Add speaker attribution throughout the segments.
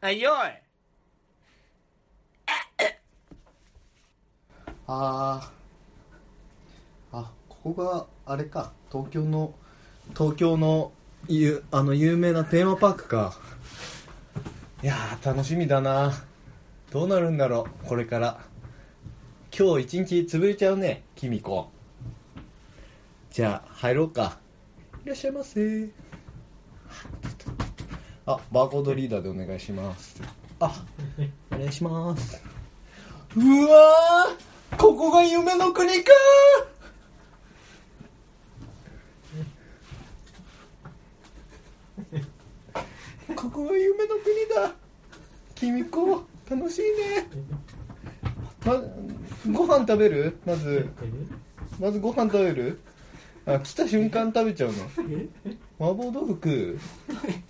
Speaker 1: はい、よい
Speaker 2: あああここがあれか東京の東京のゆあの有名なテーマパークかいやー楽しみだなどうなるんだろうこれから今日一日潰れちゃうねキミコじゃあ入ろうかいらっしゃいませあバーコードリーダーでお願いしますあお願いしますうわーここが夢の国かーここが夢の国だ君子楽しいねまご飯食べるまずまずご飯食べるあ来た瞬間食べちゃうの麻婆豆腐食う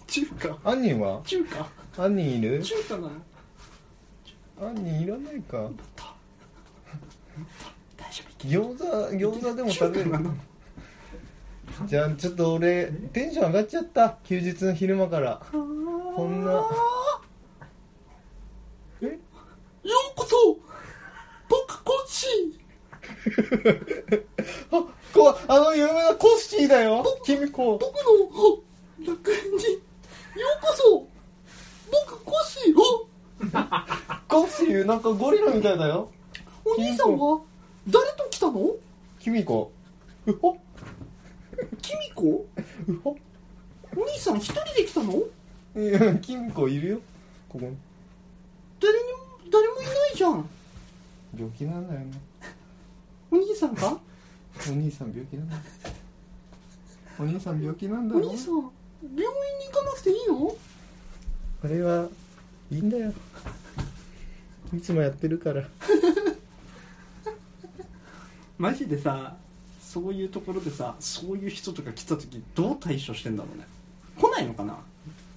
Speaker 3: 中華
Speaker 2: 杏仁は
Speaker 3: 中華
Speaker 2: 杏仁いる
Speaker 3: 中華なの
Speaker 2: 杏仁いらないか
Speaker 3: 大丈
Speaker 2: 餃子餃子でも
Speaker 3: 夫
Speaker 2: 食べる
Speaker 3: 中華なの
Speaker 2: じゃあちょっと俺テンション上がっちゃった休日の昼間からこんなえ
Speaker 3: ようこそ僕コッシ
Speaker 2: あこあの有名なコスチーだよ君こ
Speaker 3: ー僕の楽園にようこそ僕コッシーお
Speaker 2: コスチーなんかゴリラみたいだよ
Speaker 3: お兄さんは誰と来たの
Speaker 2: 君子うほ
Speaker 3: キミコ
Speaker 2: うほ
Speaker 3: お兄さん一人で来たの
Speaker 2: いや君子いるよここに
Speaker 3: 誰にも誰もいないじゃん
Speaker 2: 病気なんだよね
Speaker 3: お兄さんが
Speaker 2: お兄さん病気なんだよお兄さん病気なんだ
Speaker 3: お
Speaker 2: よ
Speaker 3: 兄さん病院に行かなくていいの
Speaker 2: これはいいんだよいつもやってるから
Speaker 3: マジでさそういうところでさそういう人とか来た時どう対処してんだろうね来ないのかな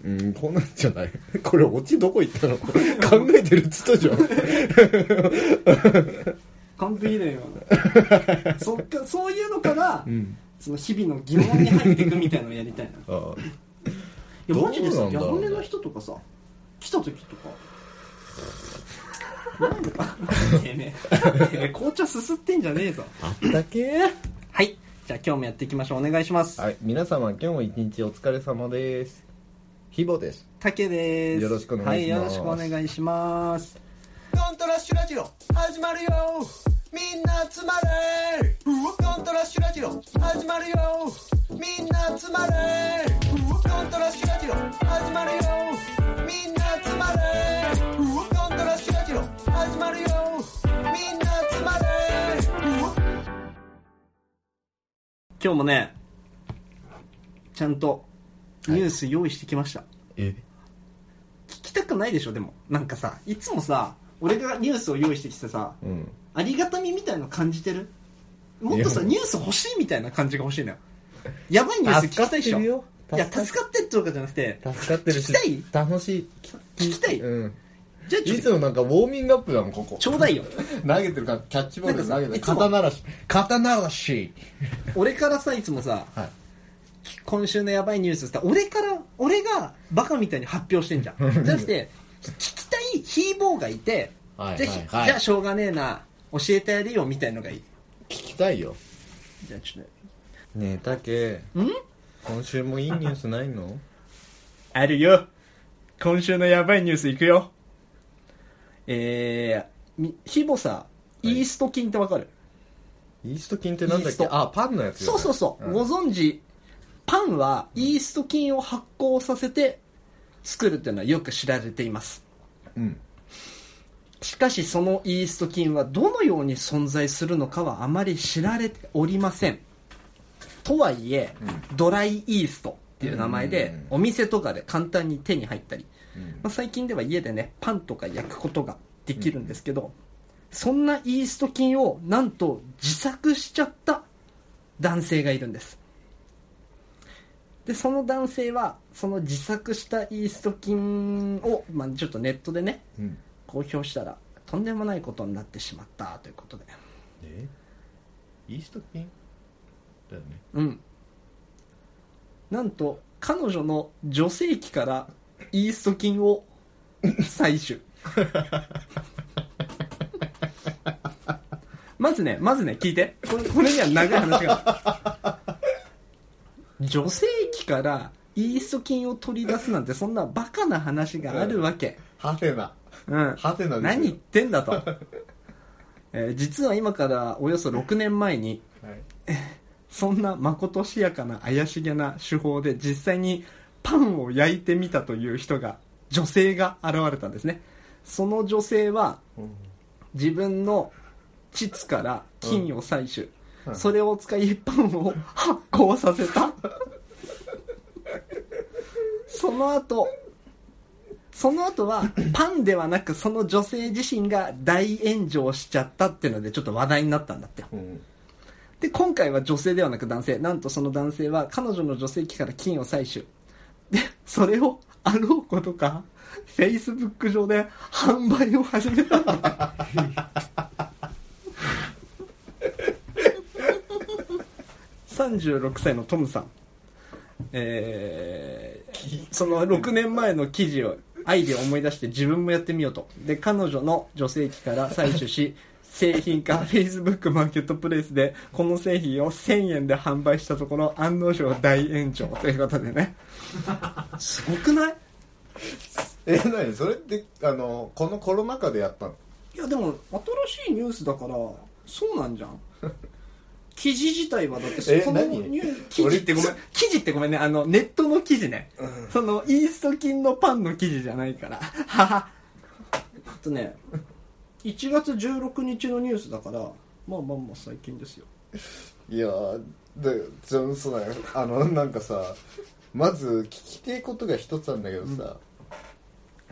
Speaker 2: うん、こうなんじゃないこれ、オチどこ行ったの考えてるっつったじゃん。
Speaker 3: 完璧だよ そっかそういうのから、
Speaker 2: ん。
Speaker 3: その日々の疑問に入っていくみたいなのをやりたいない
Speaker 2: ああ。
Speaker 3: やマジで
Speaker 2: どう
Speaker 3: さ
Speaker 2: なん
Speaker 3: ギ
Speaker 2: だ
Speaker 3: ャ
Speaker 2: ろう
Speaker 3: 本
Speaker 2: ね
Speaker 3: 音の人とかさ来た時 とかてめえ てめえ紅茶すすってんじゃねえぞ
Speaker 2: あったけ
Speaker 3: はいじゃあ今日もやっていきましょうお願いします、
Speaker 2: はい、皆様、今日も一日お疲れ様です。ひぼです。
Speaker 3: たけです
Speaker 2: よろしくお願いします
Speaker 3: はい、よろしくお願いします
Speaker 2: コントラッシュラジオ、始まるよみんな集まれコントラッシュラジオ、始まるよみんな集まれコントラッシュラジオ、始まるよみんな集まれコントラッシュラジオ、始まるよみんな集まれ
Speaker 3: 今日もねちゃんとニュース用意してきました、
Speaker 2: え
Speaker 3: 聞きたくないでしょでもなんかさいつもさ俺がニュースを用意してきてさ
Speaker 2: うん。
Speaker 3: ありがたみみたいの感じてるもっとさ
Speaker 2: いや
Speaker 3: ニュース欲しいみたいな感じが欲しいのよやばいニュース聞きたいでしょい
Speaker 2: よ
Speaker 3: や助かってとかじゃなくて
Speaker 2: 助かってるし
Speaker 3: 聞き
Speaker 2: 楽しい聞
Speaker 3: 聞きたい
Speaker 2: うん、
Speaker 3: じゃあちょ
Speaker 2: い
Speaker 3: っ
Speaker 2: つ
Speaker 3: と
Speaker 2: もなんかウォーミングアップだもんここ
Speaker 3: ちょうだいよ
Speaker 2: 投げてるからキャッチボールで投げ
Speaker 3: な
Speaker 2: て
Speaker 3: んかさ
Speaker 2: る
Speaker 3: いつも
Speaker 2: 肩鳴らし肩鳴らし
Speaker 3: 俺からさいつもさ、
Speaker 2: はい
Speaker 3: 今週のやばいニュースって俺から俺がバカみたいに発表してんじゃんじゃなくて聞きたいヒーボーがいて、
Speaker 2: はい
Speaker 3: じゃあひ
Speaker 2: はいはい
Speaker 3: じゃあしょうがねえな教えてやるよみたいのがいい
Speaker 2: 聞きたいよ
Speaker 3: じゃあちょっ
Speaker 2: ねえたけ
Speaker 3: とん
Speaker 2: 今週もいいニュースないの
Speaker 3: あるよ。今週のやばいニュースいくよ。えーみ、ひぼさ、
Speaker 2: い
Speaker 3: イースト菌ってわかる、
Speaker 2: イースト菌ってなんだ
Speaker 3: イ
Speaker 2: っ
Speaker 3: ース
Speaker 2: け
Speaker 3: ト
Speaker 2: あパンのやつよ
Speaker 3: そう
Speaker 2: ね
Speaker 3: そうそう、
Speaker 2: ん
Speaker 3: ご存知、パンはイースト菌を発酵させて作るっていうのはよく知られています。
Speaker 2: うん
Speaker 3: しかしそのイースト菌はどのように存在するのかはあまり知られておりません。とはいえ、ドライイーストっていう名前
Speaker 2: うん
Speaker 3: で
Speaker 2: うんうん
Speaker 3: お店とかで簡単に手に入ったり、
Speaker 2: うん
Speaker 3: まあ、最近では家でねパンとか焼くことができるんですけど、そんなイースト菌をなんと自作しちゃった男性がいるんですでその男性はその自作したイースト菌を、まあ、ちょっとネットでね
Speaker 2: うん
Speaker 3: 公表したらとんでもないことになってしまったということで
Speaker 2: えイースト菌だよね
Speaker 3: うんなんと彼女の女性器からイースト菌を採取 まずねまずね聞いてこれこれには長い話がある女性器からイースト菌を取り出すなんてそんなバカな話があるわけ、
Speaker 2: ハテナ
Speaker 3: うん、
Speaker 2: ハテナですよ
Speaker 3: 何言ってんだと、えー実は今からおよそ6年前に
Speaker 2: はい
Speaker 3: そんなまことしやかな怪しげな手法で実際にパンを焼いてみたという人が女性が現れたんですねその女性は自分の膣から菌を採取、
Speaker 2: はい
Speaker 3: それを使いパンを発酵させたその後その後はパンではなくその女性自身が大炎上しちゃったっていうのでちょっと話題になったんだって
Speaker 2: うん
Speaker 3: で今回は女性ではなく男性なんとその男性は彼女の女性器から金を採取でそれをあろうことかフェイスブック上で販売を始めたんだ36歳のトムさんえーその6年前の記事をアイデアを思い出して自分もやってみようとで彼女の女性器から採取し製品化 Facebook マーケットプレイスでこの製品を1000円で販売したところ案の定大炎上ということでね すごくない
Speaker 2: え何それってあのこのコロナ禍でやったの
Speaker 3: いやでも新しいニュースだからそうなん じゃん記事自体はだって
Speaker 2: え
Speaker 3: その
Speaker 2: 何
Speaker 3: ニュー記事ってごめん
Speaker 2: 俺
Speaker 3: 記事ってごめんねあのネットの記事ね、そのイースト菌のパンの記事じゃないからははえっとね1月16日のニュースだからまあまあまあ最近ですよ
Speaker 2: いやーでじゃあそうだよあのなんかさまず聞きたいことが一つあるんだけどさ、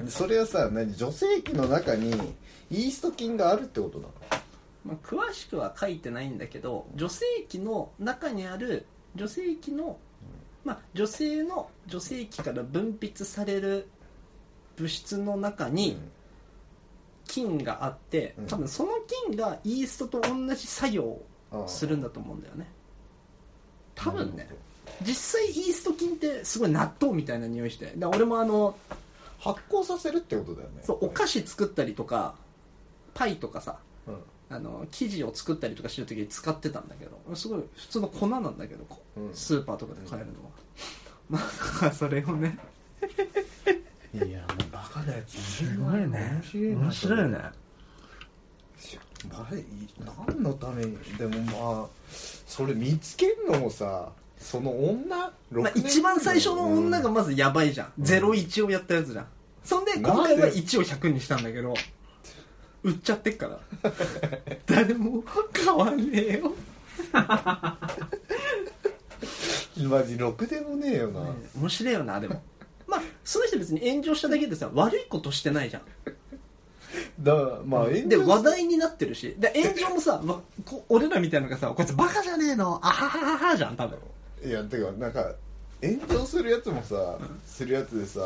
Speaker 2: それはさ何女性器の中にイースト菌があるってことなの
Speaker 3: まあ、詳しくは書いてないんだけど女性器の中にある女性器の、まあ、女性の女性器から分泌される物質の中に菌があって
Speaker 2: うん
Speaker 3: 多分その菌がイーストと同じ作用を
Speaker 2: ああ
Speaker 3: するんだと思うんだよね多分
Speaker 2: な
Speaker 3: ね
Speaker 2: るほど
Speaker 3: 実際イースト菌ってすごい納豆みたいな匂いしてだから俺もあの
Speaker 2: 発酵させるってことだよね
Speaker 3: そうお菓子作ったりとかパイとかさ
Speaker 2: うん
Speaker 3: あの生地を作ったりとかしてる時に使ってたんだけどすごい普通の粉なんだけど、こ
Speaker 2: うん
Speaker 3: スーパーとかで買えるのは、 まあそれをね
Speaker 2: いやもうバカなやつ
Speaker 3: 面白いよね
Speaker 2: あれ何のためにでもまあそれ見つけるのもさその女、
Speaker 3: まあ
Speaker 2: 6、年
Speaker 3: 一番最初の女が
Speaker 2: うん
Speaker 3: まずやばいじゃん、
Speaker 2: うん
Speaker 3: 01をやったやつじゃんそんで
Speaker 2: なんで
Speaker 3: 今回は1を100にしたんだけど売っちゃってっから 誰も買わねえよ
Speaker 2: マジろくでもねえよな、
Speaker 3: 面白いよなでもまあその人別に炎上しただけでさ悪いことしてないじゃん
Speaker 2: だからまあ炎上
Speaker 3: で話題になってるしで炎上もさ、ま、こ俺らみたいなのがさこいつバカじゃねえのあははははじゃん多分
Speaker 2: いやてかなんか炎上するやつもさするやつでさ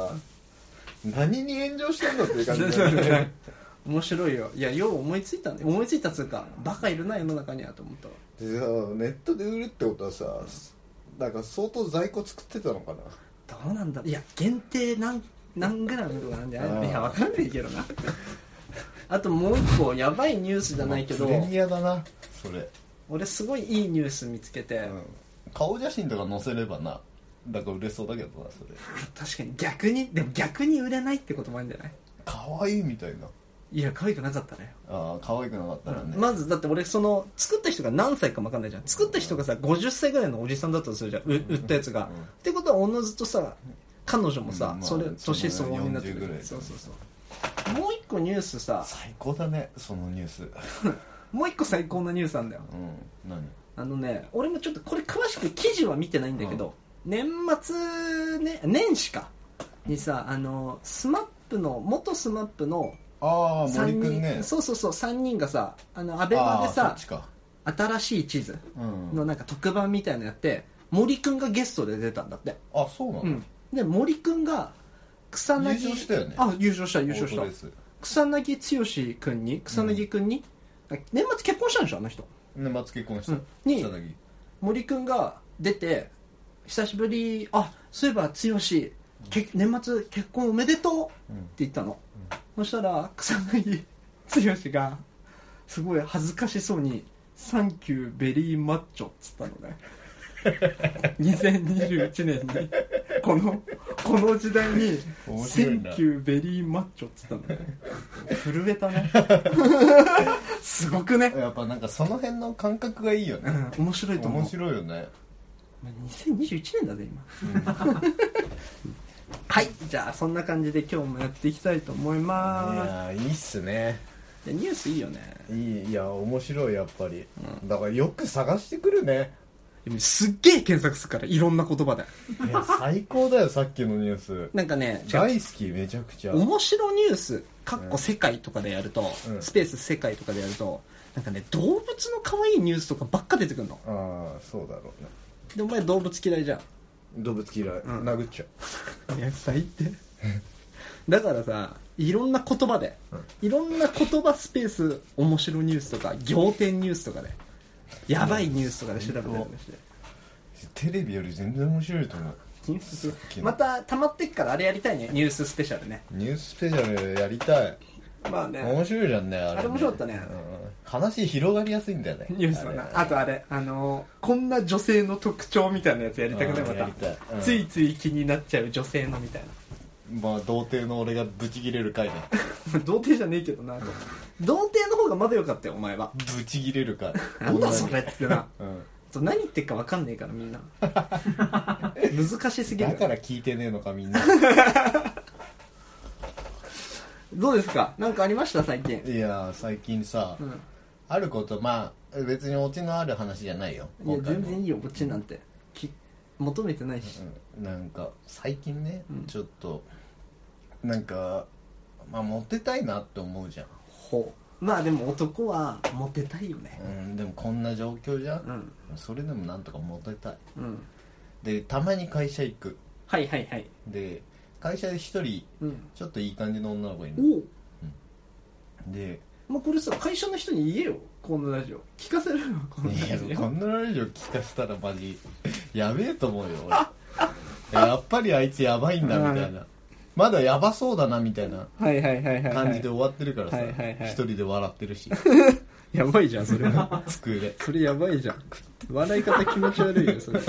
Speaker 2: 何に炎上してんのっていう感じだよ ね
Speaker 3: 面白いよいやよう思いついたね思いついたっつうかバカいるな世の中にはと思ったわ
Speaker 2: でさネットで売るってことはさなんか相当在庫作ってたのかな
Speaker 3: どうなんだいや限定何何グラムとかなんじゃないいやわかんないけどなあともう一個やばいニュースじゃないけど
Speaker 2: プレミアだなそれ、
Speaker 3: 俺すごいいいニュース見つけて、
Speaker 2: うん、顔写真とか載せればななんか売れそうだけどなそれ
Speaker 3: 確かに逆にでも逆に売れないってこともあるんじゃない
Speaker 2: 可愛いみたいない
Speaker 3: や可愛くなかったね
Speaker 2: ああ可愛くなかったらね、
Speaker 3: まずだって俺その作った人が何歳かも分かんないじゃん作った人がさ50歳ぐらいのおじさんだったとするじゃんう売ったやつが、
Speaker 2: うん
Speaker 3: ってことはおのずとさ彼女もさ、
Speaker 2: うんまあ
Speaker 3: それ
Speaker 2: そうね
Speaker 3: 年相応になってく
Speaker 2: 40ぐらい
Speaker 3: る
Speaker 2: だ
Speaker 3: そうそうそうもう一個ニュースさ
Speaker 2: 最高だねそのニュースうん
Speaker 3: もう一個最高なニュースなんだよ
Speaker 2: 何
Speaker 3: あのね俺もちょっとこれ詳しく記事は見てないんだけど、年末ね年始かにさあのスマップの元スマップの
Speaker 2: ああ
Speaker 3: 3
Speaker 2: 森くん
Speaker 3: 人、
Speaker 2: ね
Speaker 3: そうそうそう3人がさあのア
Speaker 2: あ
Speaker 3: ベマで
Speaker 2: あーそ
Speaker 3: さ
Speaker 2: っちか
Speaker 3: 新しい地図
Speaker 2: うん
Speaker 3: のなんか特番みたいなのやって森くんがゲストで出たんだって、
Speaker 2: あそうなの、
Speaker 3: うん、で森くんが草薙
Speaker 2: 優勝したよね
Speaker 3: あ優勝した優勝
Speaker 2: オートレ
Speaker 3: し
Speaker 2: ー
Speaker 3: た
Speaker 2: ス
Speaker 3: 草薙剛くんに草薙くんに、年末結婚したんでしょあの人
Speaker 2: 年末結婚した、
Speaker 3: うんに
Speaker 2: 草薙
Speaker 3: 森くんが出て久しぶりあそういえば剛け年末結婚おめでとう
Speaker 4: うん
Speaker 3: って言ったの、そしたら草薙剛がすごい恥ずかしそうに「サンキューベリーマッチョ」っつったの ね2021年にこのこの時代に「
Speaker 2: 面
Speaker 3: サ
Speaker 2: 白い
Speaker 3: ン
Speaker 2: な
Speaker 3: キューベリーマッチョ」っつったの ね震えたねすごくね、
Speaker 2: やっぱなんかその辺の感覚がいいよ
Speaker 3: う
Speaker 2: ね
Speaker 3: ん、面白いと思う
Speaker 2: 面白いよね
Speaker 3: まあ2021年だぜ今 はいじゃあそんな感じで今日もやっていきたいと思い
Speaker 2: い
Speaker 3: ま
Speaker 2: やーいいっすね
Speaker 3: すいやニュースいいよね
Speaker 2: いいいや面白いやっぱり、だからよく探してくるね
Speaker 3: でもすっげえ検索するからいろんな言葉で
Speaker 2: いや最高だよさっきのニュース
Speaker 3: なんかね違う
Speaker 2: 大好きめちゃくちゃ
Speaker 3: 面白ニュースかっ
Speaker 2: うん
Speaker 3: こ世界とかでやると、
Speaker 2: うん
Speaker 3: スペース世界とかでやるとなんかね動物の可愛いニュースとかばっか出てくるの
Speaker 2: ああそうだろうね
Speaker 3: でお前動物嫌いじゃん
Speaker 2: 動物嫌い、
Speaker 3: ん
Speaker 2: 殴っちゃ
Speaker 3: いや最低だからさいろんな言葉で、いろんな言葉スペース面白ニュースとか仰天ニュースとかでやばいニュースとかで調べたりとかして
Speaker 2: うテレビより全然面白いと思う
Speaker 3: ニュースする
Speaker 2: きの
Speaker 3: また溜まってっからあれやりたいねニューススペシャルね
Speaker 2: ニュースペシャルやりたい
Speaker 3: まあね
Speaker 2: 面白いじゃんねあれ
Speaker 3: あれ面白かったね
Speaker 2: うん話広がりやすいんだよね
Speaker 3: ニュースはな
Speaker 2: あれ
Speaker 3: あとあれあのーこんな女性の特徴みたいなやつやりたくない
Speaker 2: うん
Speaker 3: また
Speaker 2: やりたいうん
Speaker 3: ついつい気になっちゃう女性のみ たい
Speaker 2: まあ童貞の俺がブチギレる回ね
Speaker 3: な童貞じゃねえけどな童貞の方がまだよかったよお前は
Speaker 2: ブチギレる回
Speaker 3: なんだそれっつってな
Speaker 2: うん
Speaker 3: そう何言ってっか分かんねえからみ んな難しすぎる
Speaker 2: だから聞いてねえのか みんな
Speaker 3: どうですか何かありました最近、
Speaker 2: いやー最近さ、
Speaker 3: うん、
Speaker 2: あることまあ別にオチのある話じゃないよ
Speaker 3: いや
Speaker 2: 今回
Speaker 3: 全
Speaker 2: も
Speaker 3: 然いいよこっちなんてき求めてないし、
Speaker 2: うんなんか最近ね、
Speaker 3: うん
Speaker 2: ちょっとなんかまあモテたいなって思うじゃん、
Speaker 3: ほうまあでも男はモテたいよね
Speaker 2: うん、でもこんな状況じゃ、
Speaker 3: うんん
Speaker 2: それでもなんとかモテたい
Speaker 3: うん
Speaker 2: でたまに会社行く
Speaker 3: はいはいはい
Speaker 2: で会社で一人
Speaker 3: うん
Speaker 2: ちょっといい感じの女の子いる
Speaker 3: おお
Speaker 2: で
Speaker 3: まあ、これさ会社の人に言えよこのラジオ聞かせるよこのラ
Speaker 2: い
Speaker 3: ジ
Speaker 2: やこ
Speaker 3: オ
Speaker 2: んなラジオ聞かせたらマジやべえと思うよ俺 やっぱりあいつやばいんだみたいなまだやばそうだなみたいな
Speaker 3: はいはいはいはい、
Speaker 2: 感じで終わってるからさ
Speaker 3: はいはいはい
Speaker 2: 一人で笑ってるし
Speaker 3: やばいじゃんそれは
Speaker 2: 机で
Speaker 3: それやばいじゃん笑い方気持ち悪いよそれ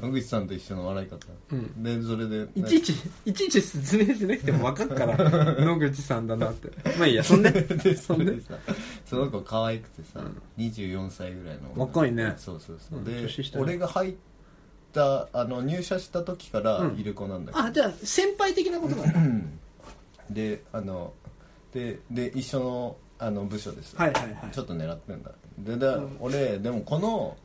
Speaker 2: 野口さんと一緒の笑い方、
Speaker 3: うん
Speaker 2: でそれで
Speaker 3: いちいちいちいち説明しなくても分かっ から野口さんだなってまあいいやそんで
Speaker 2: で
Speaker 3: そ
Speaker 2: そ
Speaker 3: ん
Speaker 2: れ
Speaker 3: で
Speaker 2: でさその子可愛くてさ、24歳ぐらいの女の子
Speaker 3: 若いね
Speaker 2: そうそうそう、
Speaker 3: うん
Speaker 2: で
Speaker 3: 年下だ
Speaker 2: 俺が入ったあの入社した時から
Speaker 3: うん
Speaker 2: いる子なんだけど
Speaker 3: あじゃあ先輩的なことなの、
Speaker 2: であのでで一緒のあの部署です、
Speaker 3: はいはいはい
Speaker 2: ちょっと狙ってんだでだ、
Speaker 3: うん
Speaker 2: 俺でもこの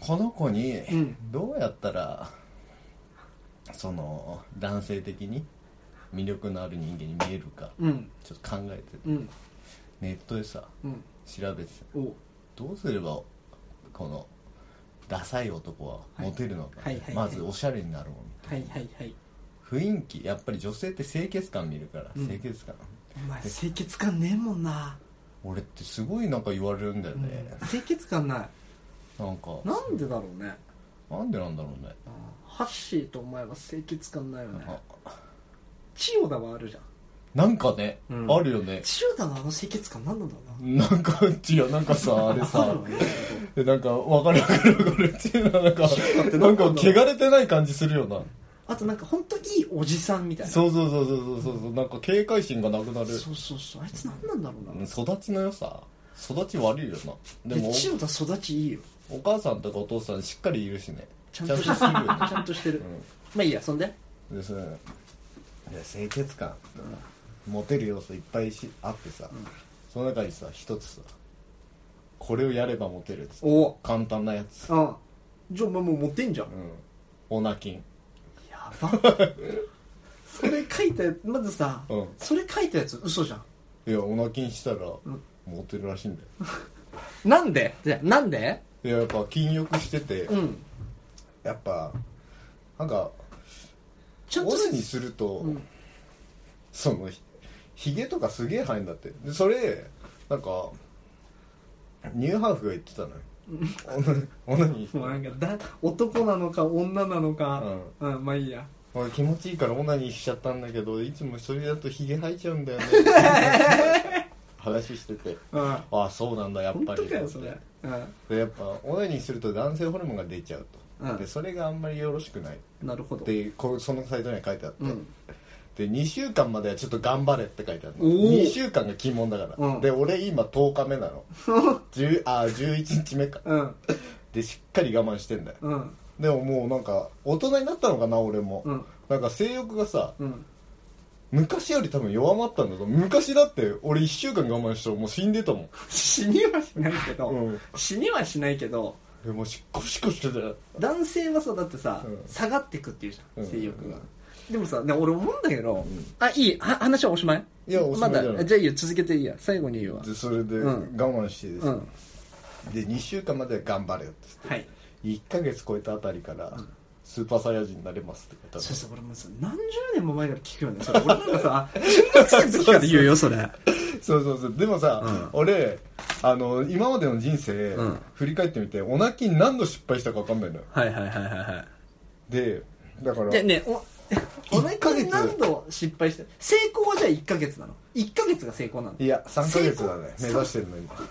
Speaker 2: この子に
Speaker 3: ん
Speaker 2: どうやったら、その男性的に魅力のある人間に見えるか
Speaker 3: うん
Speaker 2: ちょっと考えてて
Speaker 3: うん
Speaker 2: ネットでさ
Speaker 3: うん
Speaker 2: 調べてた
Speaker 3: お
Speaker 2: どうすればこのダサい男はモテるのか、
Speaker 3: はいはいはい
Speaker 2: まずおしゃれになるもん
Speaker 3: はいはいはい
Speaker 2: 雰囲気やっぱり女性って清潔感見るから、
Speaker 3: うん
Speaker 2: 清潔感
Speaker 3: お前清潔感ねえもんな、
Speaker 2: 俺ってすごいなんか言われるんだよ
Speaker 3: うん
Speaker 2: ね、
Speaker 3: 清潔感ない
Speaker 2: なんか
Speaker 3: なんでだろうね
Speaker 2: なんでなんだろうね
Speaker 3: ハッシーとお前は清潔感ないよね
Speaker 2: あ
Speaker 3: 千代田はあるじゃん
Speaker 2: なんかね、
Speaker 3: うん
Speaker 2: あるよね
Speaker 3: 千代田のあの清潔感何なんだろう
Speaker 2: なんか違うなんかさ あれ
Speaker 3: なあ
Speaker 2: さ
Speaker 3: るのね
Speaker 2: でなんかわかるわかるわかるっていうのはなんか
Speaker 3: って
Speaker 2: な
Speaker 3: なんん
Speaker 2: か
Speaker 3: か
Speaker 2: 汚れてない感じするよな
Speaker 3: あとなんか本当いいおじさんみたいな
Speaker 2: そうそうそうそうそうそうなんか警戒心がなくなる
Speaker 3: そうそうそうあいつ何なんだろうな
Speaker 2: 育ちの良さ育ち悪いよなでも
Speaker 3: で千代田育ちいいよ
Speaker 2: お母さんとかお父さんしっかりいるしね
Speaker 3: ちゃんと
Speaker 2: ち
Speaker 3: してる
Speaker 2: ゃんとするよね
Speaker 3: ちゃんとしてるまあいいやそんで
Speaker 2: うんでそれいや清潔感、モテる要素いっぱいしあってさ、その中にさ一つさこれをやればモテるっつって
Speaker 3: お
Speaker 2: 簡単なやつ
Speaker 3: ああじゃあお前もう持ってんじゃん
Speaker 2: うんオナキン
Speaker 3: やばそれ書いたやつまずさ
Speaker 2: うん
Speaker 3: それ書いたやつ嘘じゃん
Speaker 2: いやオナキンしたら
Speaker 3: ん
Speaker 2: モテるらしいんだよ、
Speaker 3: なんでじゃあなんで
Speaker 2: いややっぱ禁欲してて、
Speaker 3: うん
Speaker 2: やっぱなんか
Speaker 3: ちゃん
Speaker 2: オ
Speaker 3: と
Speaker 2: ナにすると、
Speaker 3: うん
Speaker 2: そのひひげとかすげえ生えんだってでそれなんかニューハーフが言ってたの よオナオナニー
Speaker 3: もうなんかだ男なのか女なのか、うんまあいいや
Speaker 2: 俺気持ちいいからオナニーしちゃったんだけどいつもそれだとヒゲ生えちゃうんだよ ね話してて
Speaker 5: うん
Speaker 2: ああそうなんだやっ
Speaker 5: 本
Speaker 2: ぱ
Speaker 5: 当
Speaker 2: り
Speaker 5: かよそれうん
Speaker 2: でやっぱオナニーすると男性ホルモンが出ちゃうと、
Speaker 5: うん
Speaker 2: でそれがあんまりよろしくない
Speaker 5: なるほど
Speaker 2: でこうそのサイトには書いてあって、
Speaker 5: うん
Speaker 2: で2週間まではちょっと頑張れって書いてあるの
Speaker 5: おー
Speaker 2: 2週間が鬼門だから、
Speaker 5: うん
Speaker 2: で俺今10日目な の10あ11日目か
Speaker 5: うん
Speaker 2: でしっかり我慢してんだよ
Speaker 5: うん
Speaker 2: でももうなんか大人になったのかな俺も、
Speaker 5: うん
Speaker 2: なんか性欲がさ
Speaker 5: うん
Speaker 2: 昔より多分弱まったんだと思う昔だって俺1週間我慢したらもう死んでたもん
Speaker 5: 死にはしないけど、
Speaker 2: うん
Speaker 5: 死にはしないけど
Speaker 2: でもうしっこしこしてたよ
Speaker 5: 男性はさだってさ、
Speaker 2: うん
Speaker 5: 下がってくっていうじゃん
Speaker 2: うん
Speaker 5: 性欲が、でもさね俺思うんだけど、
Speaker 2: ん
Speaker 5: あいいは話はおしまい
Speaker 2: いやおしまいだよ
Speaker 5: まだじゃあいいよ続けていいや最後に言うわ
Speaker 2: でそれで
Speaker 5: う
Speaker 2: 我
Speaker 5: ん
Speaker 2: 慢してです
Speaker 5: う
Speaker 2: ね、
Speaker 5: ん
Speaker 2: で2週間までは頑張れよって言って
Speaker 5: はい
Speaker 2: 1ヶ月超えたあたりからスーパーサイヤ人になれますって書いて
Speaker 5: そうそう俺もさ何十年も前から聞くよね それ俺なんかさ中学生の時から言うよそれ
Speaker 2: あるそうそうそうでもさ、俺あの今までの人生、
Speaker 5: うん
Speaker 2: 振り返ってみておなきに何度失敗したか分かんないのよ
Speaker 5: はいはいはいはいは
Speaker 2: でだから
Speaker 5: いでねおおな
Speaker 2: 一ヶ
Speaker 5: か
Speaker 2: 月
Speaker 5: 何度失敗して成功はじゃあ1ヶ月なの1ヶ月が成功なの
Speaker 2: いや3ヶ月だね
Speaker 5: 成
Speaker 2: 目
Speaker 5: 功
Speaker 2: 指してるの今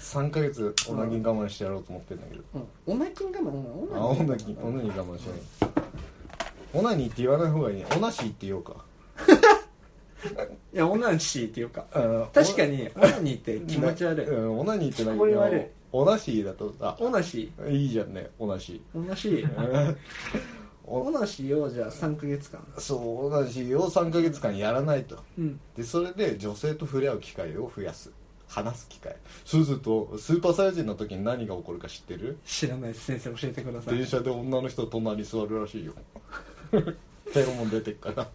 Speaker 2: 3ヶ月おなきに我慢してやろうと思ってんだけど、
Speaker 5: うんオナキン我慢オナ
Speaker 2: あオナキオナに我慢しないオナニーって言わない方がいいねオナシーって言おうか
Speaker 5: いやオナシーっていうか
Speaker 2: うん
Speaker 5: 確かにオナニーって気持ち悪い
Speaker 2: うんオナニーってない
Speaker 5: 聞こえ悪い
Speaker 2: オナシーだとさ
Speaker 5: オナシ
Speaker 2: いいじゃんねオナシ
Speaker 5: ーオナシー
Speaker 2: ー
Speaker 5: オナシーをじゃあ3ヶ月間
Speaker 2: そうオナシーを3ヶ月間やらないと
Speaker 5: うん
Speaker 2: でそれで女性と触れ合う機会を増やす話す機会そうするとスーパーサイヤ人の時に何が起こるか知ってる
Speaker 5: 知らないです先生教えてください
Speaker 2: 電車で女の人隣に座るらしいよペロモン出てっから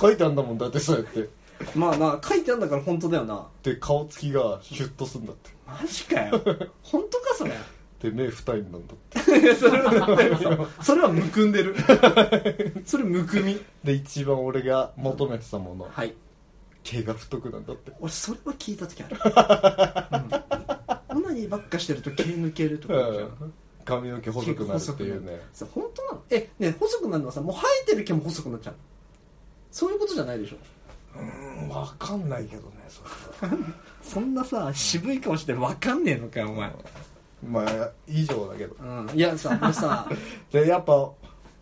Speaker 2: 書いてあんだもんだってそうやって
Speaker 5: まあな書いてあんだから本当だよな
Speaker 2: で顔つきがシュッとすんだって
Speaker 5: マジか よ本当かそれ
Speaker 2: で目二重になんだって
Speaker 5: い やそれはそれはむくんでるそれむくみ
Speaker 2: で一番俺が求めてたもの
Speaker 5: はい
Speaker 2: 毛が太くなんだって
Speaker 5: 俺それは聞いた時ある、うん、オナニーばっかしてると毛抜けるとか言うじゃん
Speaker 2: 髪の毛細くなるっていうね
Speaker 5: そう本当なのえね細くなるのはさもう生えてる毛も細くなっちゃうのそういうことじゃないでしょ
Speaker 2: わかんないけどねそれ
Speaker 5: そんなさ渋い顔して分かんねえのかよお前
Speaker 2: まあ以上だけど
Speaker 5: うんいやさ俺さ
Speaker 2: でやっぱ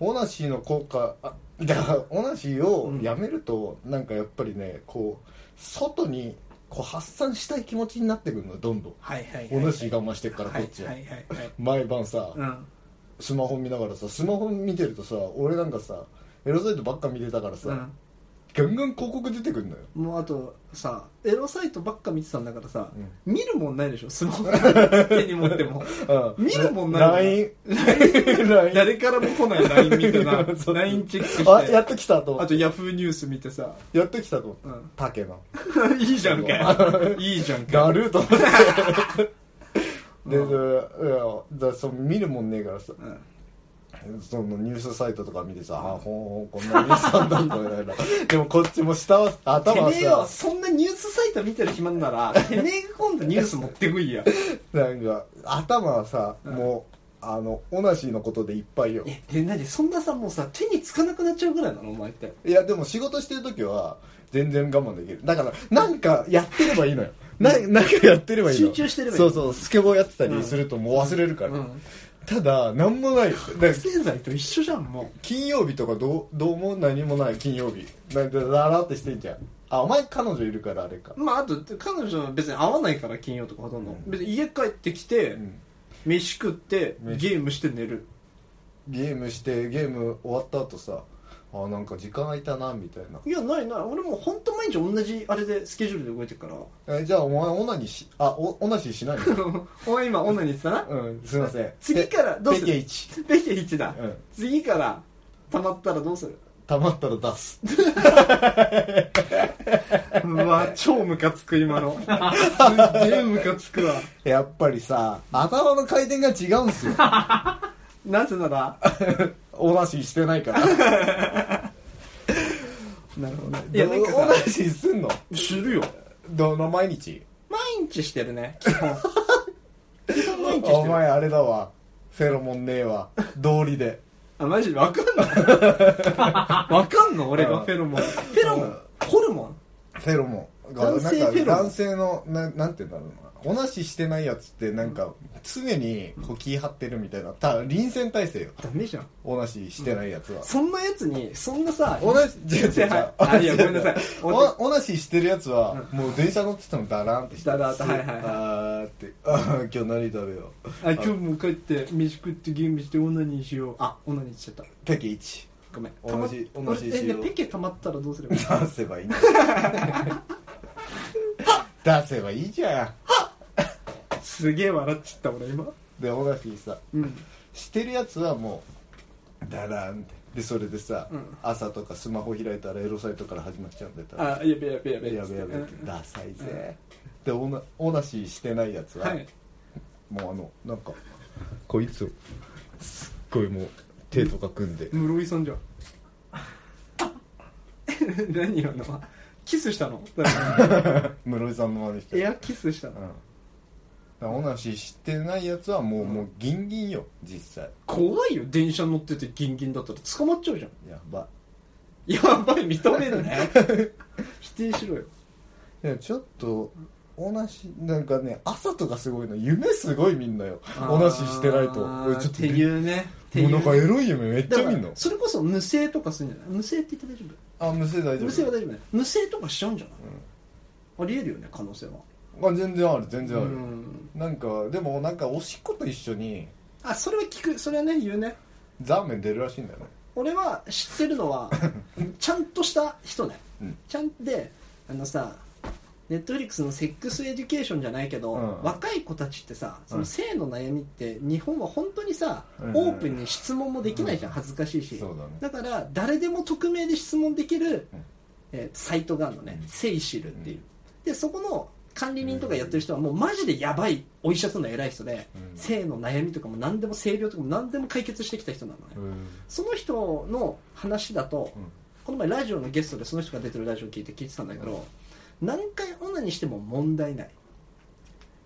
Speaker 2: オナシーの効果あだからオナシーをやめると、なんかやっぱりねこう外にこう発散したい気持ちになってくるのどんどん
Speaker 5: はいはいはい
Speaker 2: オナシー我慢してるからこ
Speaker 5: はい
Speaker 2: っちは、
Speaker 5: はいはいはい
Speaker 2: 毎晩さ、
Speaker 5: うん
Speaker 2: スマホ見ながらさスマホ見てるとさ俺なんかさエロサイトばっか見てたからさ、
Speaker 5: うん
Speaker 2: ガンガン広告出てくるのよ
Speaker 5: もうあとさエロサイトばっか見てたんだからさ、
Speaker 2: う
Speaker 5: 見るもんないでしょスマホ手に持って も
Speaker 2: うん
Speaker 5: 見るもんない
Speaker 2: LINE
Speaker 5: 誰からも来ない LINE 見て な
Speaker 2: そう
Speaker 5: LINE チェックして
Speaker 2: あや
Speaker 5: あ
Speaker 2: っと来たと思って
Speaker 5: とヤフーニュース見てさ、
Speaker 2: やっと来たと思って
Speaker 5: うん、
Speaker 2: 竹の
Speaker 5: いいじゃんかよ いいじゃんかよ
Speaker 2: だると思ってで、でいやだその見るもんねえからさ
Speaker 5: うん
Speaker 2: そのニュースサイトとか見てさ、あほんほんこんなニュースなんだみた いなでもこっちも下は頭
Speaker 5: て
Speaker 2: は
Speaker 5: めえよ
Speaker 2: さ
Speaker 5: そんなニュースサイト見てる暇ならてめえが今度ニュース持ってこいや
Speaker 2: なんか頭はさ、もうあのオナシーのことでいっぱいよ
Speaker 5: ええ何そんなさもうさ手につかなくなっちゃうぐらいなのお前って
Speaker 2: いやでも仕事してる時は全然我慢できるだからなんかやってればいいのよななんかやってればいいの
Speaker 5: 集中してればいい
Speaker 2: そうそうスケボーやってたりするともう忘れるから、
Speaker 5: うん
Speaker 2: ただなんもないで
Speaker 5: 覚醒剤と一緒じゃんも
Speaker 2: 金曜日とかどうどうも何もない金曜日なんかだらーってしてんじゃんあお前彼女いるからあれか
Speaker 5: うまああと彼女は別に会わないから金曜とかほとんど、別に家帰ってきて、
Speaker 2: うん
Speaker 5: 飯食って
Speaker 2: 飯
Speaker 5: ゲームして寝る
Speaker 2: ゲームしてゲーム終わった後さあなんか時間空いたなみたいない
Speaker 5: やないない俺もう本当毎日同じあれでスケジュールで動いてるから
Speaker 2: えじゃあお前オナニーしあおオナシーしないの
Speaker 5: お前今女に言ってたな
Speaker 2: うんすいません
Speaker 5: 次からどうする
Speaker 2: ペケ1
Speaker 5: ペケ1だ、
Speaker 2: うん
Speaker 5: 次から溜まったらどうする
Speaker 2: たまったら出す
Speaker 5: うわ超ムカつく今 のすっげえムカつくわ
Speaker 2: やっぱりさ頭の回転が違うん すよ
Speaker 5: なぜなら
Speaker 2: オナシーしてないから
Speaker 5: なるほどい
Speaker 2: い
Speaker 5: やなんか
Speaker 2: オナ
Speaker 5: さ
Speaker 2: シーすんの
Speaker 5: するよ
Speaker 2: どの毎日
Speaker 5: 毎日してるね基本基本毎日して
Speaker 2: お
Speaker 5: る
Speaker 2: 前あれだわフェロモンねえわ道理で
Speaker 5: あマジわかん のわかんの俺のフェロモンフェロモンホルモン
Speaker 2: フェロモンが
Speaker 5: 男性
Speaker 2: なんか
Speaker 5: フェロモン
Speaker 2: 男性のななんて言うんだろうなおなししてないやつってなんか常にこう気張ってるみたいなた臨戦態勢よ
Speaker 5: ダメじゃん
Speaker 2: おなししてないやつは、
Speaker 5: そんなやつにそんなさ
Speaker 2: おなし違う違う違う
Speaker 5: はいあいやごめんなさい
Speaker 2: おおなししてるやつは、もう電車乗っててもダラーンってして
Speaker 5: ダラーンとはいはいはい
Speaker 2: あーってあー今日何食べよう
Speaker 5: あ今日も帰って飯食ってゲームしてオナニーしようあオナニーしちゃった
Speaker 2: ペケ1
Speaker 5: ごめん
Speaker 2: 同じ
Speaker 5: たま
Speaker 2: 同じしよう
Speaker 5: えでペケ溜まったらどうすればいい
Speaker 2: 出せばいいんだ出せばいいじゃん
Speaker 5: すげえ笑っちゃった俺今
Speaker 2: でおなしさ
Speaker 5: うん
Speaker 2: してるやつはもうダラーンってでそれでさ、
Speaker 5: うん
Speaker 2: 朝とかスマホ開いたらエロサイトから始まっちゃうんでた
Speaker 5: あやべやべやべ
Speaker 2: やべやべって
Speaker 5: うん
Speaker 2: ダサいぜ、でおなおなししてないやつは、
Speaker 5: はい
Speaker 2: もうあのなんかこいつをすっごいもう手とか組んで
Speaker 5: 室井さんじゃん 何今のはキスしたの
Speaker 2: 室井さんの真似して
Speaker 5: エアキスした
Speaker 2: うん
Speaker 5: の
Speaker 2: だからおなししてないやつはもう、もうギンギンよ実際
Speaker 5: 怖いよ電車乗っててギンギンだったら捕まっちゃうじゃん
Speaker 2: やば
Speaker 5: やばい認めるね 否定しろよ
Speaker 2: いやちょっとおなしなんかね朝とかすごいの夢すごい見んのよおなししてないと
Speaker 5: あー
Speaker 2: ちょっ
Speaker 5: っ
Speaker 2: と
Speaker 5: ていうねってい
Speaker 2: も
Speaker 5: う
Speaker 2: うなんかエロい夢めっちゃ見ん
Speaker 5: だ
Speaker 2: の
Speaker 5: からそれこそ無声とかするんじゃない無声って言って大丈
Speaker 2: あ無声大
Speaker 5: 夫
Speaker 2: 丈
Speaker 5: 無声は
Speaker 2: 夫
Speaker 5: 大丈夫ね無声とかしちゃうんじゃない、ありえるよね可能性は
Speaker 2: まあ全然ある全然ある、
Speaker 5: うん
Speaker 2: なんかでもなんかおしっこと一緒に
Speaker 5: あそれは聞くそれはね言うね
Speaker 2: ザーメン出るらしいんだよね
Speaker 5: 俺は知ってる のはちゃんとした人ね、
Speaker 2: うん
Speaker 5: ちゃんであのさネットフリックスのセックスエデュケーションじゃないけど、
Speaker 2: うん
Speaker 5: 若い子たちってさそうの
Speaker 2: ん
Speaker 5: 性の悩みって日本は本当にさ、
Speaker 2: うん
Speaker 5: オープンに質問もできないじゃん、恥ずかしいし
Speaker 2: そうだね
Speaker 5: から誰でも匿名で質問できる、
Speaker 2: うん
Speaker 5: えーサイトがあるのね、
Speaker 2: うん
Speaker 5: セイシルっていう、でそこの管理人とかやってる人はもうマジでやばいお医者さんの偉い人で、
Speaker 2: うん
Speaker 5: 性の悩みとかも何でも性病とかも何でも解決してきた人なのね、
Speaker 2: うん
Speaker 5: その人の話だと、この前ラジオのゲストでその人が出てるラジオ聞いて聞いてたんだけど、何回オナニーしても問題ない